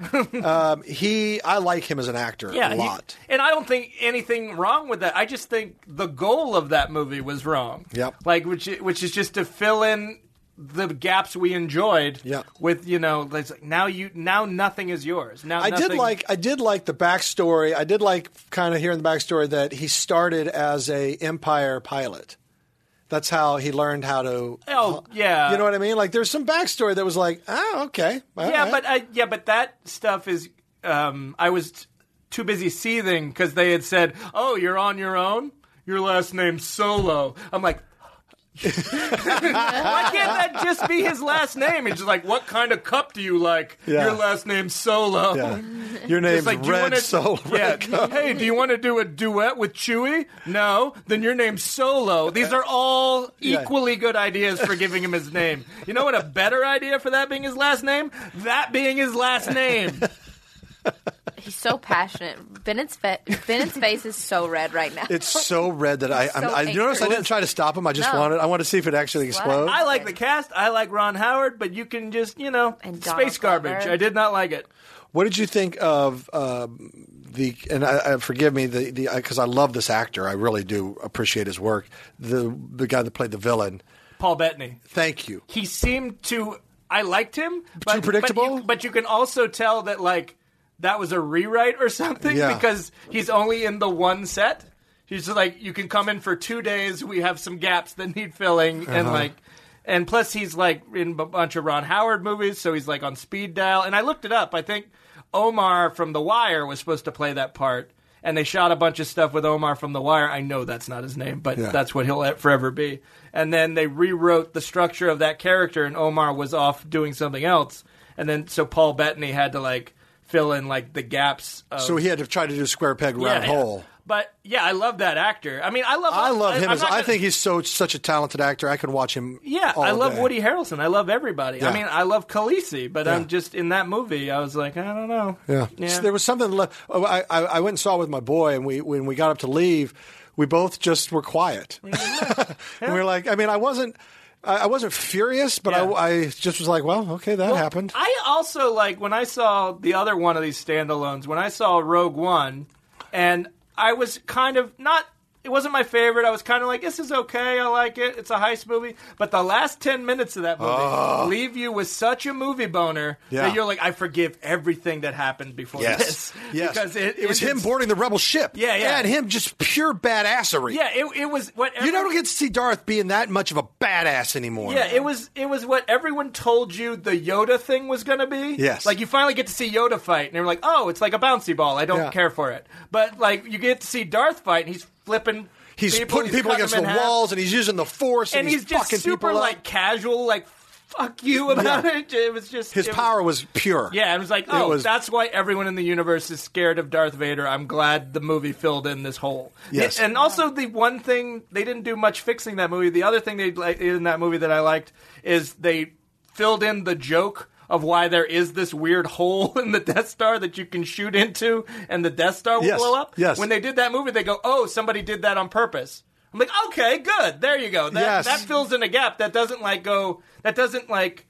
B: um, He, I like him as an actor
C: yeah.
B: a
C: he-
B: lot.
C: and I don't think anything wrong with that. I just think the goal of that movie was wrong.
B: Yep.
C: Like which i- which is just to fill in the gaps we enjoyed.
B: Yeah.
C: With you know, like now you now nothing is yours. Now
B: I did
C: nothing-
B: like I did like the backstory. I did like kind of hearing the backstory that he started as a Empire pilot. That's how he learned how to.
C: Oh, yeah.
B: you know what I mean. Like there's some backstory that was like, oh okay, all
C: yeah,
B: right.
C: but I, yeah, but that stuff is. Um, I was t- too busy seething because they had said, "Oh, you're on your own. Your last name's Solo." I'm like. Why can't that just be his last name? It's just like, what kind of cup do you like?
B: Yeah.
C: Your last name's Solo. <laughs>
B: Yeah. your name's
C: It's like, do you
B: Red
C: wanna,
B: Solo.
C: <laughs> yeah. Hey, do you want to do a duet with Chewy? No. Then your name's Solo. These are all
B: Yeah.
C: equally good ideas for giving him his name. You know what? A better idea for that being his last name? That being his last
B: <laughs>
C: name.
D: He's so passionate. Bennett's fa- Bennett's face is so red right now.
B: It's so red that I. I'm,
D: so
B: I you notice I
D: angry.
B: didn't try to stop him. I just
D: No.
B: wanted. I want to see if it actually
D: Just
B: explodes.
D: let
C: I like the cast. I like Ron Howard, but you can just, you know,
D: And Donald
C: space garbage.
D: Glover.
C: I did not like it.
B: What did you think of um the? And I, I, forgive me, the the because I love this actor. I really do appreciate his work. The the guy that played the villain.
C: Paul Bettany.
B: Thank you.
C: he seemed to I liked him, but
B: Too predictable?
C: But you, but you can also tell that like that was a rewrite or <laughs> something
B: Yeah.
C: because he's only in the one set. He's just like you can come in for two days. We have some gaps that need filling,
B: Uh-huh.
C: and like, and plus he's like in a bunch of Ron Howard movies, so he's like on speed dial. And I looked it up. I think Omar from The Wire was supposed to play that part. And they shot a bunch of stuff with Omar from The Wire. I know that's not his name, but
B: Yeah.
C: that's what he'll forever be. And then they rewrote the structure of that character, and Omar was off doing something else. And then so Paul Bettany had to like fill in like the gaps. Of,
B: So he had to try to do square peg
C: Yeah,
B: round
C: yeah.
B: hole.
C: But yeah, I love that actor. I mean, I love.
B: I love him.
C: I'm
B: as,
C: not
B: I
C: gonna-
B: think he's so such a talented actor. I could watch him.
C: Yeah,
B: all
C: I love
B: day.
C: Woody Harrelson. I love everybody.
B: Yeah.
C: I mean, I love Khaleesi, but
B: Yeah.
C: I'm just in that movie. I was like, I don't know.
B: Yeah.
C: yeah.
B: So there was something left. oh, I, I I went and saw it with my boy, and we when we got up to leave, we both just were quiet. <laughs> and we were like, I mean, I wasn't. I I wasn't furious, but
C: Yeah.
B: I, I just was like, well, okay, that happened.
C: I also like when I saw the other one of these standalones, when I saw Rogue One, and I was kind of not. It wasn't my favorite. I was kind of like, this is okay. I like it. It's a heist movie. But the last 10 minutes of that movie leave you with such a movie boner
B: Yeah.
C: that you're like, I forgive everything that happened before this.
B: yes.
C: Because it,
B: was him
C: ended-
B: boarding the rebel ship.
C: Yeah, yeah.
B: And him just pure badassery.
C: Yeah, it, it was what.
B: You
C: every-
B: don't get to see Darth being that much of a badass anymore.
C: Yeah, it was it was what everyone told you the Yoda thing was going to be.
B: Yes.
C: like you finally get to see Yoda fight, and you're like, oh, it's like a bouncy ball. I don't
B: Yeah.
C: care for it. But like you get to see Darth fight, and he's flipping.
B: He's
C: people,
B: putting people
C: cutting
B: against
C: them
B: the
C: in half.
B: walls, and he's using the force, and,
C: and he's just
B: fucking
C: super
B: people up.
C: like casual, like fuck you about
B: Yeah.
C: it. It was just
B: His
C: it was-
B: power was pure.
C: yeah, it was like, oh,
B: was-
C: that's why everyone in the universe is scared of Darth Vader. I'm glad the movie filled in this hole.
B: Yes.
C: and also the one thing they didn't do much fixing that movie. The other thing they like in that movie that I liked is they filled in the joke of why there is this weird hole <laughs> in the Death Star that you can shoot into and the Death Star will
B: Yes,
C: blow up.
B: yes.
C: When they did that movie, they go, oh, somebody did that on purpose. I'm like, okay, good. There you go. That,
B: Yes.
C: that fills in a gap. That doesn't like go. That doesn't like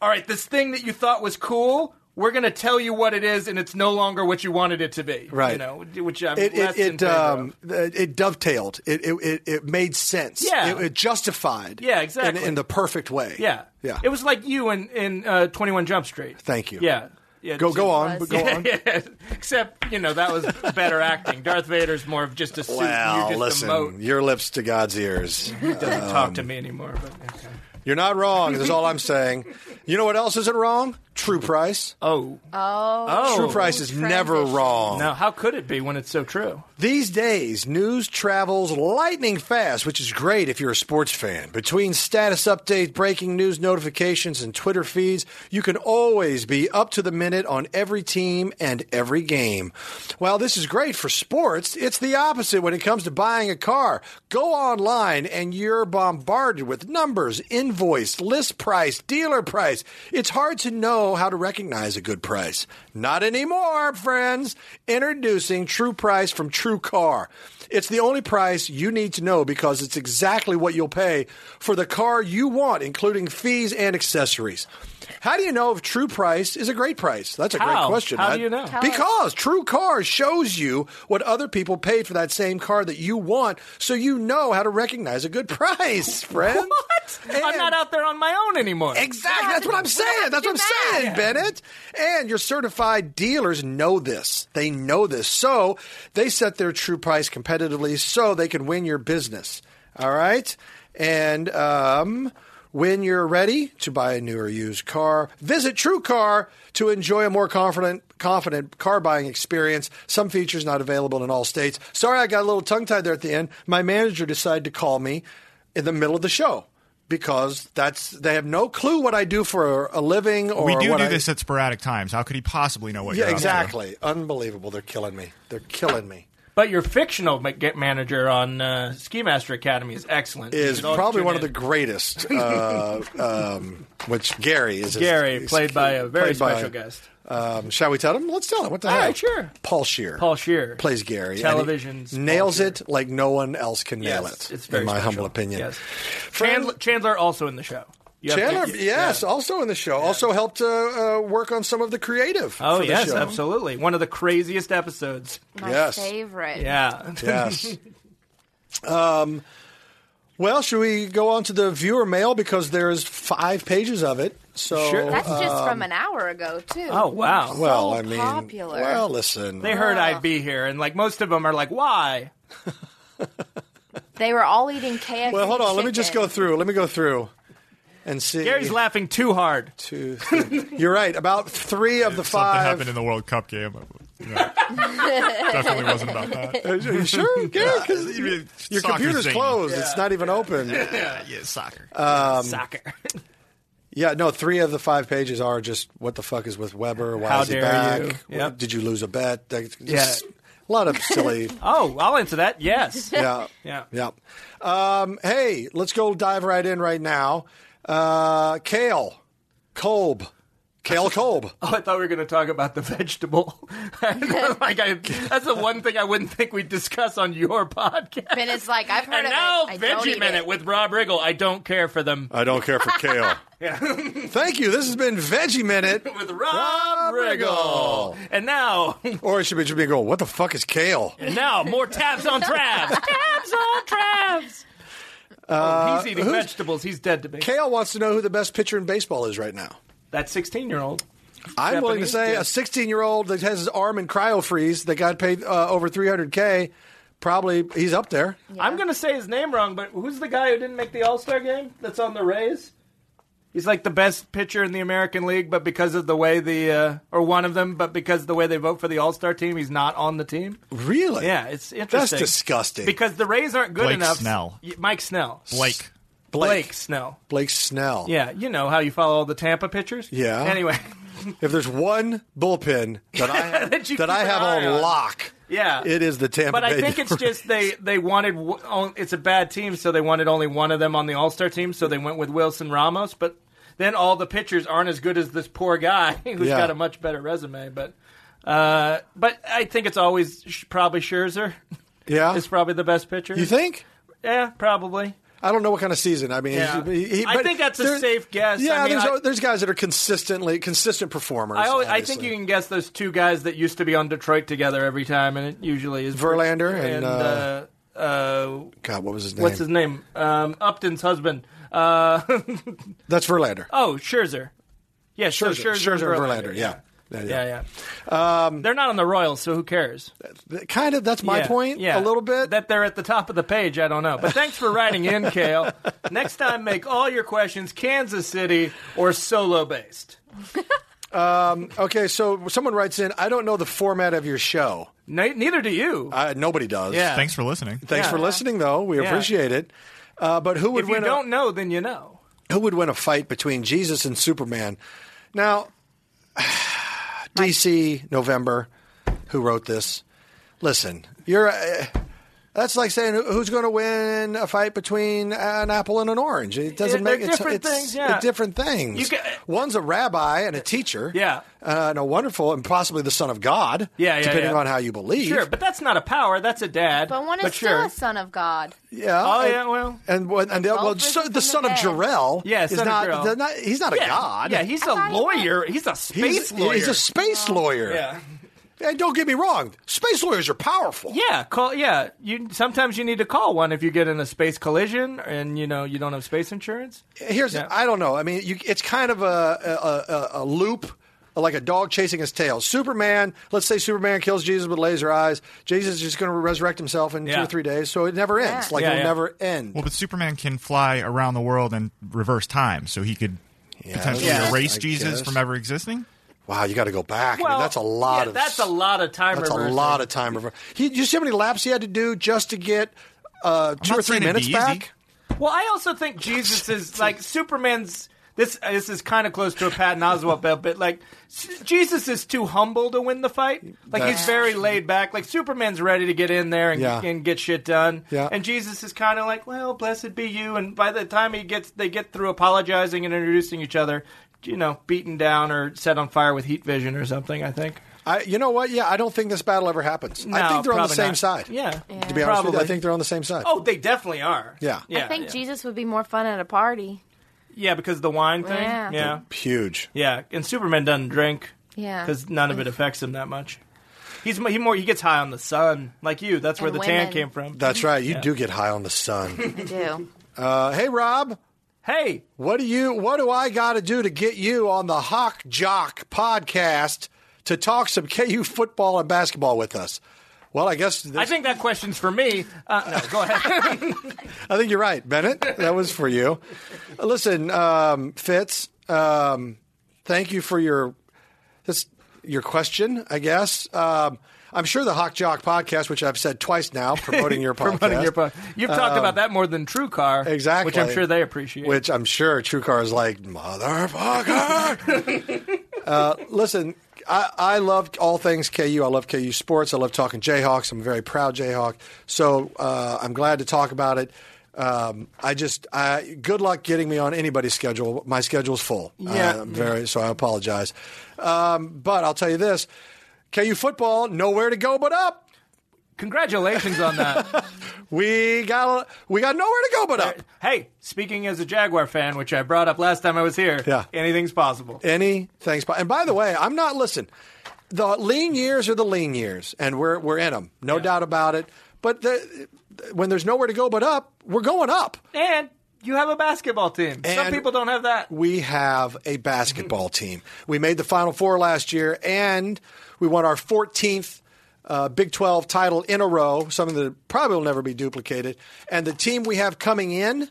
C: all right, this thing that you thought was cool, we're going to tell you what it is, and it's no longer what you wanted it to be.
B: Right.
C: You know, which I'm
B: It
C: less
B: it
C: in
B: it,
C: favor
B: um,
C: of.
B: it dovetailed. It it, it it made sense.
C: Yeah.
B: It, it justified.
C: Yeah,
B: in-
C: exactly.
B: In, the perfect way.
C: Yeah.
B: Yeah.
C: It was like you in, in uh, 21 Jump Street.
B: Thank you.
C: Yeah. yeah
B: Go go on. But
D: was.
B: go on.
C: Yeah, <laughs> except, you know, that was better acting. Darth Vader's more of just a suit.
B: Wow,
C: you just
B: listen, um,
C: emote.
B: your lips to God's ears.
C: He doesn't talk to me anymore. But, okay.
B: You're not wrong, is all I'm <laughs> saying. You know what else isn't wrong? True price.
C: Oh.
D: Oh,
C: oh.
B: True price is never
D: Transition.
B: wrong.
C: Now, how could it be when it's so true?
B: These days, news travels lightning fast, which is great if you're a sports fan. Between status updates, breaking news notifications, and Twitter feeds, you can always be up to the minute on every team and every game. While this is great for sports, it's the opposite when it comes to buying a car. Go online and you're bombarded with numbers, invoice, list price, dealer price. It's hard to know how to recognize a good price. Not anymore, friends. Introducing True Price from True Car. It's the only price you need to know because it's exactly what you'll pay for the car you want, including fees and accessories. How do you know if True Price is a great price? That's a great
C: How?
B: question.
C: How
B: I-
C: do you know?
D: Tell us.
B: Because True Car shows you what other people paid for that same car that you want, so you know how to recognize a good <laughs> price, friend.
C: What? I'm
B: And-
C: not out there on my own anymore.
B: Exactly. That's what I'm saying. That's what
D: do
B: I'm saying, Bennett. And your certified dealers know this. They know this. So they set their true price competitively so they can win your business. All right. And um, when you're ready to buy a new or used car, visit True Car to enjoy a more confident, confident car buying experience. Some features not available in all states. Sorry, I got a little tongue tied there at the end. My manager decided to call me in the middle of the show because that's they have no clue what I do for a living or
E: we do do
B: what I-
E: this at sporadic times. How could he possibly know what?
B: yeah,
E: you're up to?
B: exactly. Unbelievable. They're killing me. They're killing me.
C: But your fictional ma- get manager on uh, Ski Master Academy is excellent. You
B: Is
C: should all
B: probably
C: tune
B: one of
C: in.
B: the greatest.
C: <laughs>
B: Uh, um, which Gary is his-
C: Gary,
B: is-
C: played by a very
B: played by-
C: special guest.
B: Um, shall we tell him? Let's tell him. What the
C: All
B: hell?
C: right, sure.
B: Paul Shear.
C: Paul Scheer.
B: plays Gary. and he
C: Television's Paul
B: nails
C: Scheer.
B: it like no one else can nail
C: Yes,
B: it.
C: It's very
B: in my
C: special.
B: humble opinion.
C: Yes.
B: Friend-
C: Chandler, Chandler also in the show. You have to-
B: Chandler,
C: yeah.
B: yes, also in the show, also helped uh, uh, work on some of the creative.
C: Oh
B: for the
C: yes,
B: show.
C: absolutely. One of the craziest episodes.
D: <laughs> my
B: Yes.
D: favorite.
C: Yeah.
B: <laughs> Yes. um, well, should we go on to the viewer mail because there's five pages of it? So
C: Sure.
D: That's
B: uh,
D: just from an hour ago, too.
C: Oh wow.
B: well,
D: so
B: I mean,
D: popular.
B: well, listen,
C: they heard I'd be here, and like most of them are like, why?
D: They were all eating KFC.
B: well, hold on. Let me just go <laughs>
D: chicken.
B: through. Let me go through and see.
C: Gary's laughing too hard.
B: Two, three. You're right. About three of the
E: Something happened
B: five.
E: in the World Cup game. Yeah.
B: <laughs>
E: Definitely wasn't about that.
B: Are you
E: <laughs>
B: sure, Gary? <laughs> 'Cause your
E: Soccer
B: computer's
E: thing.
B: closed. Uh, It's not even open.
E: Yeah, yeah, soccer.
B: Um,
C: Soccer. <laughs>
B: Yeah, no, three of the five pages are just what the fuck is with Weber? Why
C: How
B: is he
C: dare
B: back?
C: you. Yep.
B: Did you lose a bet? That's Just A lot of silly.
C: oh, I'll answer that.
B: <laughs>
C: Yes.
B: yeah.
C: Yeah.
B: Yeah. Um, hey, let's go dive right in right now. Uh, Kale, Kolb, Kale Kolb.
C: Oh, I thought we were going to talk about the vegetable. <laughs> like I, that's the one thing I wouldn't think we'd discuss on your podcast.
D: And it's like, I've heard
C: And
D: of
C: now
D: it. I don't
C: Veggie
D: eat
C: Minute
D: it.
C: with Rob Riggle. I don't care for them.
B: <laughs> I don't care for
C: <laughs>
B: Kale. Thank you. This has been Veggie Minute.
C: With Rob, Riggle. And now, <laughs>
B: Or it should be, should be going, what the fuck is Kale?
C: and now more tabs on
D: <laughs>
C: Travs. tabs on Travs. oh, he's eating vegetables. He's dead to me.
B: Kale wants to know who the best pitcher in baseball is right now.
C: That 16 year old.
B: I'm willing to
C: Japanese
B: say
C: kid.
B: a 16 year old that has his arm in cryo freeze that got paid uh, over 300k. Probably he's up there.
C: I'm going to say his name wrong, but who's the guy who didn't make the All Star game that's on the Rays? He's like the best pitcher in the American League, but because of the way the, uh, or one of them, but because of the way they vote for the All Star team, he's not on the team.
B: Really?
C: Yeah, it's interesting.
B: disgusting.
C: Because the Rays aren't good
E: Blake
C: enough.
E: Snell.
C: Y- Mike Snell.
E: Blake.
B: Blake.
C: Blake Snell.
B: Blake Snell.
C: Yeah, you know how you follow all the Tampa pitchers.
B: Yeah.
C: Anyway, <laughs>
B: If there's one bullpen that I
C: That you
B: that I
C: keep an
B: have
C: eye
B: on,
C: on.
B: lock,
C: yeah.
B: it is the Tampa
C: But I
B: Bay
C: think it's
B: Devils.
C: just they they wanted w- on- it's a bad team, so they wanted only one of them on the All Star team, so they went with Wilson Ramos. But then all the pitchers aren't as good as this poor guy <laughs> who's
B: Yeah.
C: got a much better resume. But uh, but I think it's always sh- probably Scherzer <laughs>
B: yeah.
C: is probably the best pitcher.
B: You think?
C: Yeah, probably.
B: I don't know what kind of season. I mean,
C: Yeah.
B: he- he-
C: I
B: but
C: think that's a
B: there-
C: safe guess. I
B: Yeah,
C: mean,
B: there's
C: I-
B: al- there's guys that are consistently consistent performers.
C: I, always, I think
B: obviously.
C: you can guess those two guys that used to be on Detroit together every time, and it usually is
B: Verlander and,
C: uh, uh,
B: God, what was his name?
C: what's his name? Um, Upton's husband. Uh, <laughs>
B: That's Verlander.
C: oh, Scherzer. Yeah, so
B: Scherzer,
C: Scherzer,
B: Scherzer,
C: and
B: Verlander. Yeah. Yeah, Um,
C: yeah, yeah. They're not on the Royals, so who cares?
B: Th- Kind of. That's my
C: Yeah,
B: point.
C: yeah.
B: A little bit.
C: that they're at the top of the page. I don't know, but thanks for
B: <laughs>
C: writing in, Kale. Next time, make all your questions Kansas City or solo based.
B: okay. So someone writes in. I don't know the format of your show.
C: Ne- neither do you.
B: Uh, nobody does.
C: Yeah.
E: Thanks for listening.
B: Thanks
C: Yeah.
B: for listening, though. We
C: Yeah.
B: appreciate it. Uh, but who would
C: if
B: win?
C: you
B: a-
C: don't know, then you know.
B: who would win a fight between Jesus and Superman? Now, <sighs> DC November, who wrote this? Listen, you're. Uh, that's like saying who- who's going to win a fight between an apple and an orange. It doesn't
C: They're
B: make it's,
C: different
B: it's-
C: things, yeah.
B: it's different things.
C: You ca- uh,
B: One's a rabbi and a teacher,
C: Yeah.
B: uh, and a wonderful and possibly the son of God,
C: Yeah, yeah,
B: depending
C: yeah.
B: on how you believe.
C: Sure, but that's not a power. That's a dad.
D: But one is
C: but
D: still
C: sure.
D: a son of God.
B: yeah,
C: Oh
B: and-
C: yeah, well,
B: and when- and the,
D: Both
B: well, so,
D: risen
B: the
D: from
B: son
D: the
B: of
D: dead.
B: Jarrell,
C: Yeah,
B: is
C: son of
B: not,
C: Jarrell.
B: they're not- he's not a
C: yeah,
B: god.
C: Yeah, he's
D: I
C: a
D: thought he was-
C: lawyer. He's a space
B: He's,
C: lawyer.
B: he's a space lawyer.
C: yeah.
B: Hey, don't get me wrong. Space lawyers are powerful.
C: Yeah, call. Yeah, you sometimes you need to call one if you get in a space collision and you know you don't have space insurance.
B: Here's
C: Yeah.
B: I don't know. I mean, you, it's kind of a a, a a loop, like a dog chasing his tail. Superman. Let's say Superman kills Jesus with laser eyes. Jesus is just going to resurrect himself in two
C: Yeah.
B: or three days, so it never ends.
D: Yeah.
B: Like
C: Yeah,
B: it'll
C: yeah.
B: never end.
E: Well, but Superman can fly around the world and reverse time, so he could potentially
D: Yeah.
E: erase
B: I
E: Jesus
B: guess.
E: from ever existing.
B: wow, you got to go back. I mean,
C: Well,
B: that's a lot
C: yeah,
B: of
C: that's a lot of time.
B: That's
C: reversing.
B: a lot of time. Rever- he, you see how many laps he had to do just to get uh, two
E: not
B: or three
E: saying it'd
B: minutes
E: be
B: back.
E: easy.
C: Well, I also think Jesus is like Superman's. This this is kind of close to a Patton Oswalt bit, but like S- Jesus is too humble to win the fight. Like
B: That's-
C: he's very laid back. Like Superman's ready to get in there and,
B: Yeah.
C: and get shit done.
B: Yeah.
C: And Jesus is kind of like, well, blessed be you. And by the time he gets, they get through apologizing and introducing each other. You know, beaten down or set on fire with heat vision or something. I think.
B: I, you know what? Yeah, I don't think this battle ever happens. I
C: No,
B: think they're on the
C: probably
B: same
C: not.
B: side.
C: Yeah.
B: To be honest with you, I
C: Probably.
B: think they're on the same side.
C: Oh, they definitely are.
B: Yeah. I
C: yeah
D: I think
C: yeah.
D: Jesus would be more fun at a party.
C: Yeah, because the wine thing.
D: Yeah.
C: yeah.
B: Huge.
C: Yeah, and Superman doesn't drink.
D: Yeah.
C: because none of it affects him that much. He's mo- he more he gets high on the sun, like you. That's where
D: And
C: the tan
D: women.
C: came from.
B: That's right. You do get high on the sun.
D: I do.
B: <laughs> uh, hey, Rob,
C: hey,
B: what do you? What do I got to do to get you on the Hawk Jock podcast to talk some KU football and basketball with us? Well, I guess
C: I think that question's for me. Uh, no, go <laughs> ahead.
B: I think you're right, Bennett. That was for you. Listen, um, Fitz, um, thank you for your this, your question. I guess um, I'm sure the Hawk Jock podcast, which I've said twice now, promoting your podcast,
C: <laughs> Promoting your po- You've talked about that more than True Car,
B: Um, exactly,
C: which I'm sure they appreciate.
B: Which I'm sure TrueCar is like motherfucker.
C: <laughs>
B: uh, listen. I, I love all things KU. I love KU sports. I love talking Jayhawks. I'm a very proud Jayhawk. So uh, I'm glad to talk about it. Um, I just I, good luck getting me on anybody's schedule. My schedule's full.
C: Yeah.
B: Uh, I'm very. So I apologize. Um, but I'll tell you this: KU football, nowhere to go but up.
C: Congratulations on that.
B: We got we got nowhere to go but up.
C: <laughs> hey, speaking as a Jaguar fan, which I brought up last time I was here,
B: Yeah.
C: anything's possible.
B: Anything's possible. And by the way, I'm not listen. The lean years are the lean years, and we're we're in them, no doubt about it. But the, when there's nowhere to go but up, we're going up.
C: And you have a basketball team. Some
B: And-
C: people don't have that.
B: We have a basketball team. We made the Final Four last year, and we won our 14th uh, Big 12 title in a row. Something that probably will never be duplicated. And the team we have coming in,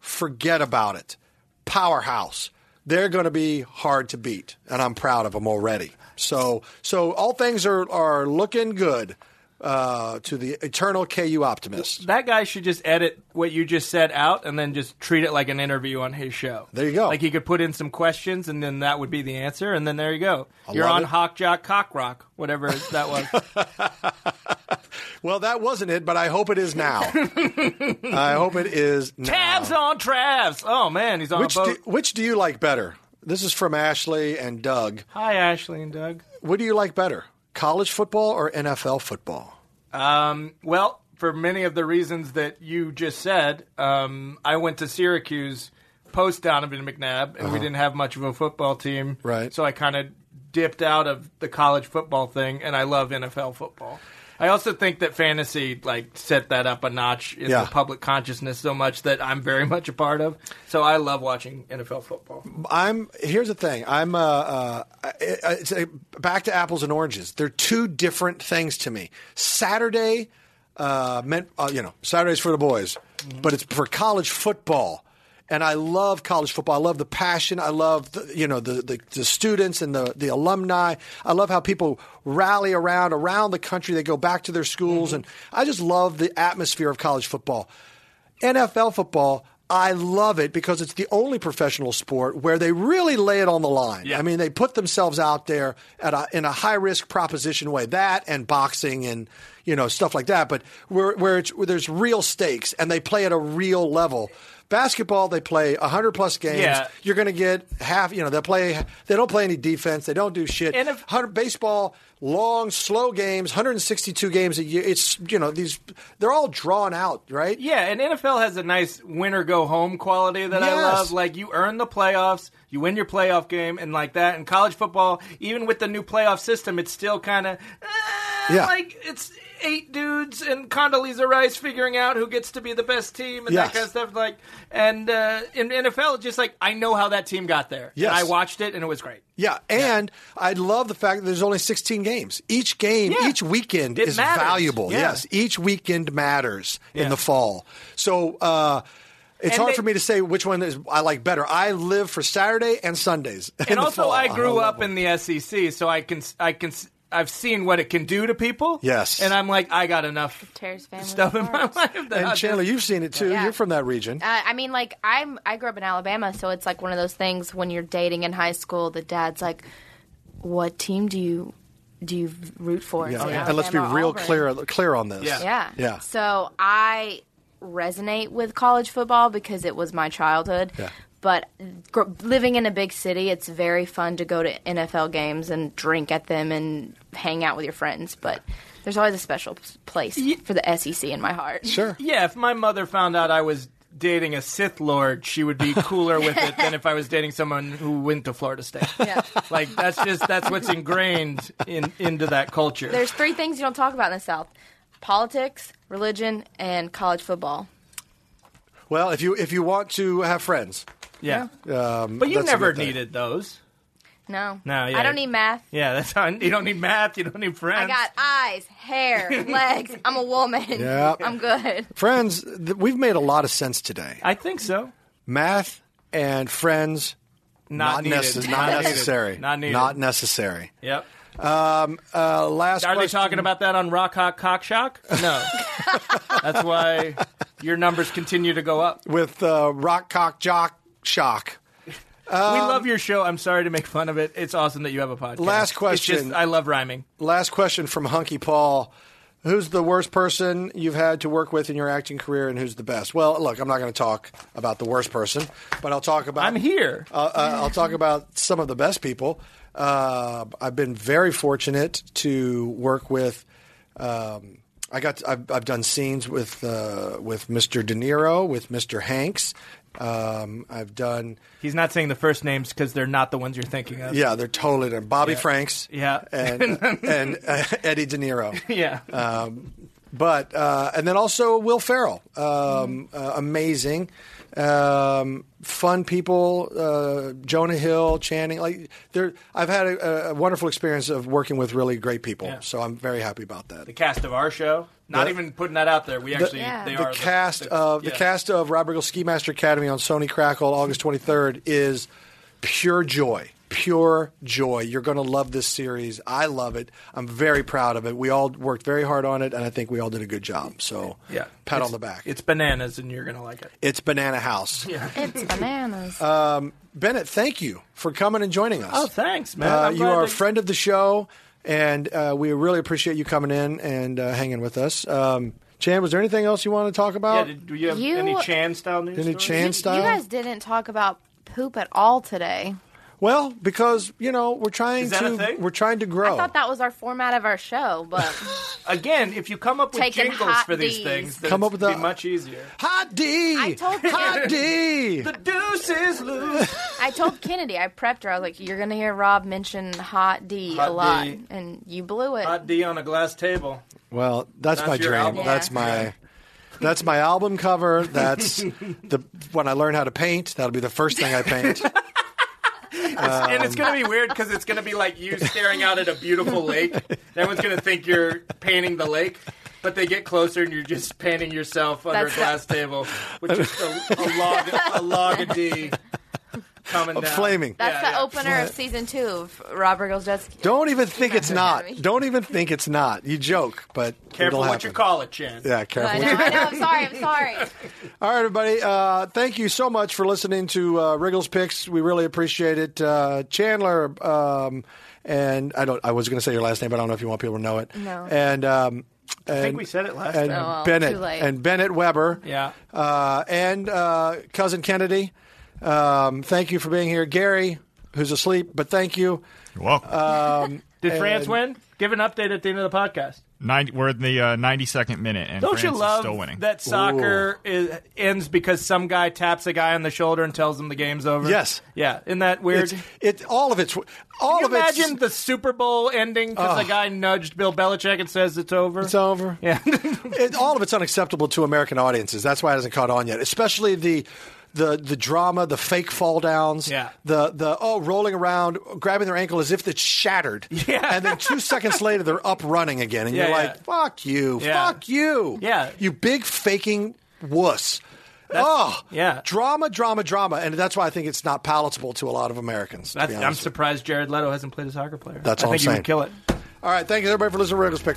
B: forget about it. Powerhouse. They're going to be hard to beat, and I'm proud of them already. So, so all things are, are looking good uh, to the eternal KU optimist.
C: That guy should just edit what you just said out and then just treat it like an interview on his show.
B: There you go.
C: Like he could put in some questions and then that would be the answer and then there you go. You're
B: love
C: on
B: it.
C: Hawk Jock Cock Rock, whatever that
B: <laughs>
C: was.
B: Well, that wasn't it, but I hope it is now. I hope it is now.
C: Tabs on Travs. Oh man, he's on
B: Which
C: a boat.
B: do, which do you like better? This is from Ashley and Doug.
C: Hi Ashley and Doug.
B: What do you like better, college football or NFL football?
C: Um, well, for many of the reasons that you just said, um, I went to Syracuse post Donovan McNabb, and we didn't have much of a football team.
B: Uh-huh. Right.
C: So I kind of dipped out of the college football thing, and I love NFL football. I also think that fantasy like set that up a notch in
B: Yeah.
C: the public consciousness so much that I'm very much a part of. So I love watching NFL football.
B: I'm here's the thing. I'm uh, uh, I- I- it's uh, back to apples and oranges. They're two different things to me. Saturday uh, meant uh, you know Saturdays for the boys, but it's for college football. And I love college football. I love the passion. I love the, you know the, the, the students and the, the alumni. I love how people rally around around the country. They go back to their schools, and I just love the atmosphere of college football. NFL football, I love it because it's the only professional sport where they really lay it on the line.
C: Yeah.
B: I mean, they put themselves out there at a, in a high risk proposition way. That and boxing and you know stuff like that, but where where, it's, where there's real stakes and they play at a real level. Basketball, they play 100 plus games.
C: Yeah.
B: You're going to get half. You know, they play. They don't play any defense. They don't do shit.
C: And if-
B: 100 baseball long slow games 162 games a year it's you know these they're all drawn out right
C: Yeah, and NFL has a nice win or go home quality that I
B: Yes.
C: love. Like you earn the playoffs, you win your playoff game, and like that. And college football, even with the new playoff system, it's still kind of eh,
B: Yeah.
C: like it's eight dudes and Condoleezza Rice figuring out who gets to be the best team and
B: Yes.
C: that kind of stuff. Like and uh, in NFL, just like I know how that team got there.
B: Yes.
C: and I watched it and it was great.
B: Yeah, and I love the fact that there's only 16 games. Each game,
C: Yeah.
B: each weekend
C: It
B: is
C: matters.
B: valuable.
C: Yeah.
B: Yes, each weekend matters in
C: Yeah.
B: the fall. So uh, it's
C: And
B: hard
C: they-
B: for me to say which one is I like better. I live for Saturday and Sundays. <laughs> in
C: and
B: the
C: also
B: fall.
C: I grew
B: love
C: up
B: them.
C: in the SEC, so I can I can I've seen what it can do to people.
B: Yes.
C: and I'm like I got enough
D: Tears family
C: <laughs> stuff in my
D: apart.
C: life. That I
B: And
C: just-
B: Chandler, you've seen it too.
D: Yeah.
B: You're from that region.
D: Uh, <laughs> I mean, like I'm I grew up in Alabama, so it's like one of those things when you're dating in high school, the dad's like, "What team do you do you root for?" It's
B: Yeah.
D: like
B: And let's be
D: Alabama or
B: real
D: Auburn.
B: clear clear on this.
C: Yeah.
D: Yeah.
B: Yeah.
D: So I resonate with college football because it was my childhood.
B: Yeah.
D: But gr- living in a big city, it's very fun to go to NFL games and drink at them and hang out with your friends. But there's always a special p- place for the SEC in my heart.
B: Sure.
C: Yeah, if my mother found out I was dating a Sith Lord, she would be cooler with it than if I was dating someone who went to Florida State.
D: <laughs> Yeah.
C: Like that's just that's what's ingrained in into that culture.
D: There's three things you don't talk about in the South: politics, religion, and college football.
B: Well, if you if you want to have friends,
C: yeah. but you
B: Um, that's a
C: never
B: good thing.
C: needed those.
D: No.
C: No, yeah.
D: I don't need math.
C: Yeah, that's how you don't need math, you don't need friends.
D: I got eyes,
C: <laughs>
D: hair, legs. I'm a woman.
B: Yeah.
D: I'm good.
B: friends, th- we've made a lot of sense today.
C: I think so.
B: Math and friends
C: Not, needed. <laughs>
B: necess-
C: Not
B: not
C: needed.
B: necessary.
C: Not needed.
B: Not necessary.
C: yep.
B: Uh, last
C: Are they
B: question.
C: talking about that on Rock Hot Cock Shock?
D: <laughs>
C: No. that's why your numbers continue to go up.
B: with uh, rock cock jock shock.
C: we love your show. I'm sorry to make fun of it. It's awesome that you have a podcast.
B: Um, Last
C: It's
B: question.
C: just- I love rhyming.
B: Last question from Hunky Paul. Who's the worst person you've had to work with in your acting career, and who's the best? Well, look, I'm not going to talk about the worst person, but I'll talk about.
C: I'm here.
B: Uh, uh, I'll talk about some of the best people. Uh, I've been very fortunate to work with. Um, I got. I've, I've done scenes with uh, with Mr. De Niro, with Mr. Hanks. Um, I've done.
C: He's not saying the first names because they're not the ones you're thinking of.
B: Yeah, they're totally different. Bobby Franks.
C: Yeah. <laughs>
B: And and uh, Eddie De Niro.
C: Yeah.
B: But uh, and then also Will Ferrell. Um, uh, amazing. Um, fun people, uh, Jonah Hill, Channing. Like, there, I've had a, a wonderful experience of working with really great people,
C: Yeah.
B: so I'm very happy about that.
C: the cast of our show. Not
B: The-
C: even putting that out there. We actually
D: Yeah.
C: they
D: the
C: are
B: cast of the
C: yeah.
B: cast of Rob Riggle Ski Master Academy on Sony Crackle August 23rd is pure joy, pure joy. You're going to love this series. I love it. I'm very proud of it. We all worked very hard on it, and I think we all did a good job. So,
C: Yeah.
B: pat
C: It's-
B: on the back. It's,
C: It's bananas, and you're gonna like it.
B: Banana House. Yeah.
D: It's bananas.
B: Bennett, thank you for coming and joining us.
C: Oh, thanks, man.
B: Uh,
C: I'm
B: you
C: glad
B: are a
C: that-
B: friend of the show, and uh, we really appreciate you coming in and uh, hanging with us. Um, Chan, was there anything else you want to talk
C: Yeah,
B: about?
C: did, do you have
D: Oh, You-
C: any Chan style news?
B: Any
C: stories?
B: Chan
D: you,
B: style?
D: you guys didn't talk about poop at all today.
B: well, because you know we're trying
C: Is that a
B: to
C: thing?
B: we're trying to
C: Oh.
B: grow.
D: I thought that was our format of our show,
C: <laughs>
D: but
C: Again, if you come up with
D: Taking
C: jingles
D: hot
C: for these
D: Ds.
C: things, then
B: Come
C: it's
B: up with a-
C: be much easier.
B: Hot D.
D: I told you.
B: Hot D.
D: <laughs>
C: The deuce is loose.
D: I told Kennedy, I prepped her. I was like, "You're gonna hear Rob mention Hot D
C: Hot
D: a lot,"
C: D.
D: and you blew it.
C: Hot D on a glass table.
B: Well, that's,
C: That's
B: my
C: your
B: dream.
C: album.
B: That's
D: Yeah.
B: my that's my album cover. That's the when I learn how to paint. That'll be the first thing I paint.
D: <laughs>
C: and it's going to
D: Um,
C: be weird because it's going to be like you staring out at a beautiful lake. Everyone's going to think you're painting the lake, but they get closer and you're just painting yourself under
D: That's
C: a
D: <laughs>
C: glass table with just a, a log, a log of D coming down.
B: Flaming.
D: That's
C: Yeah,
D: the
C: yeah.
D: opener of season two of Rob Riggles Jet Ski.
B: Don't even think it's not.
D: Academy.
B: Don't even think it's not. You joke, but it'll
C: Careful what
B: happen.
C: you call it, Chan.
B: Yeah, careful.
D: I
B: what
D: know,
B: you
D: I know. I'm sorry.
C: <laughs>
D: I'm sorry.
B: All right, everybody. Uh, thank you so much for listening to uh, Wriggles Picks. We really appreciate it. Uh, Chandler, um, and I don't. I was going to say your last name, but I don't know if you want people to know it.
D: No. oh,
B: And um, and,
C: I think we said it last
B: and
C: time.
D: well,
B: Bennett
D: too late.
B: and Bennett Weber.
C: Yeah.
B: Uh, and uh, cousin Kennedy. Um, thank you for being here, Gary, who's asleep, but thank you.
E: You're welcome.
B: Uh,
C: Did France win? Give an update at the end of the podcast.
E: 90, we're in the uh, 92nd minute, and
C: Don't
E: France
C: you
E: is
C: love
E: still winning.
C: that soccer is, ends because some guy taps a guy on the shoulder and tells him the game's over?
B: Yes.
C: Yeah. Isn't that weird?
B: It's it all of it's all
C: Can
B: of
C: you
B: it's
C: imagine the Super Bowl ending because the guy nudged Bill Belichick and says it's over?
B: it's over.
C: yeah. <laughs>
B: it, all of it's unacceptable to American audiences. That's why it hasn't caught on yet. Especially the the the drama, the fake fall downs,
C: Yeah.
B: the the oh rolling around, grabbing their ankle as if it's shattered,
C: Yeah.
B: and then two seconds later they're up running again, and
C: Yeah,
B: you're
C: yeah.
B: like, "Fuck you,
C: Yeah.
B: fuck you,
C: Yeah.
B: you big faking wuss." oh,
C: yeah.
B: drama, drama, drama, and that's why I think it's not palatable to a lot of Americans. to
C: That's,
B: be
C: I'm
B: honest with
C: surprised Jared Leto hasn't played a soccer player.
B: That's
C: I
B: all I'm
C: think he
B: saying.
C: would kill it.
B: you. All right, thank you everybody for listening. to Riggles Pick.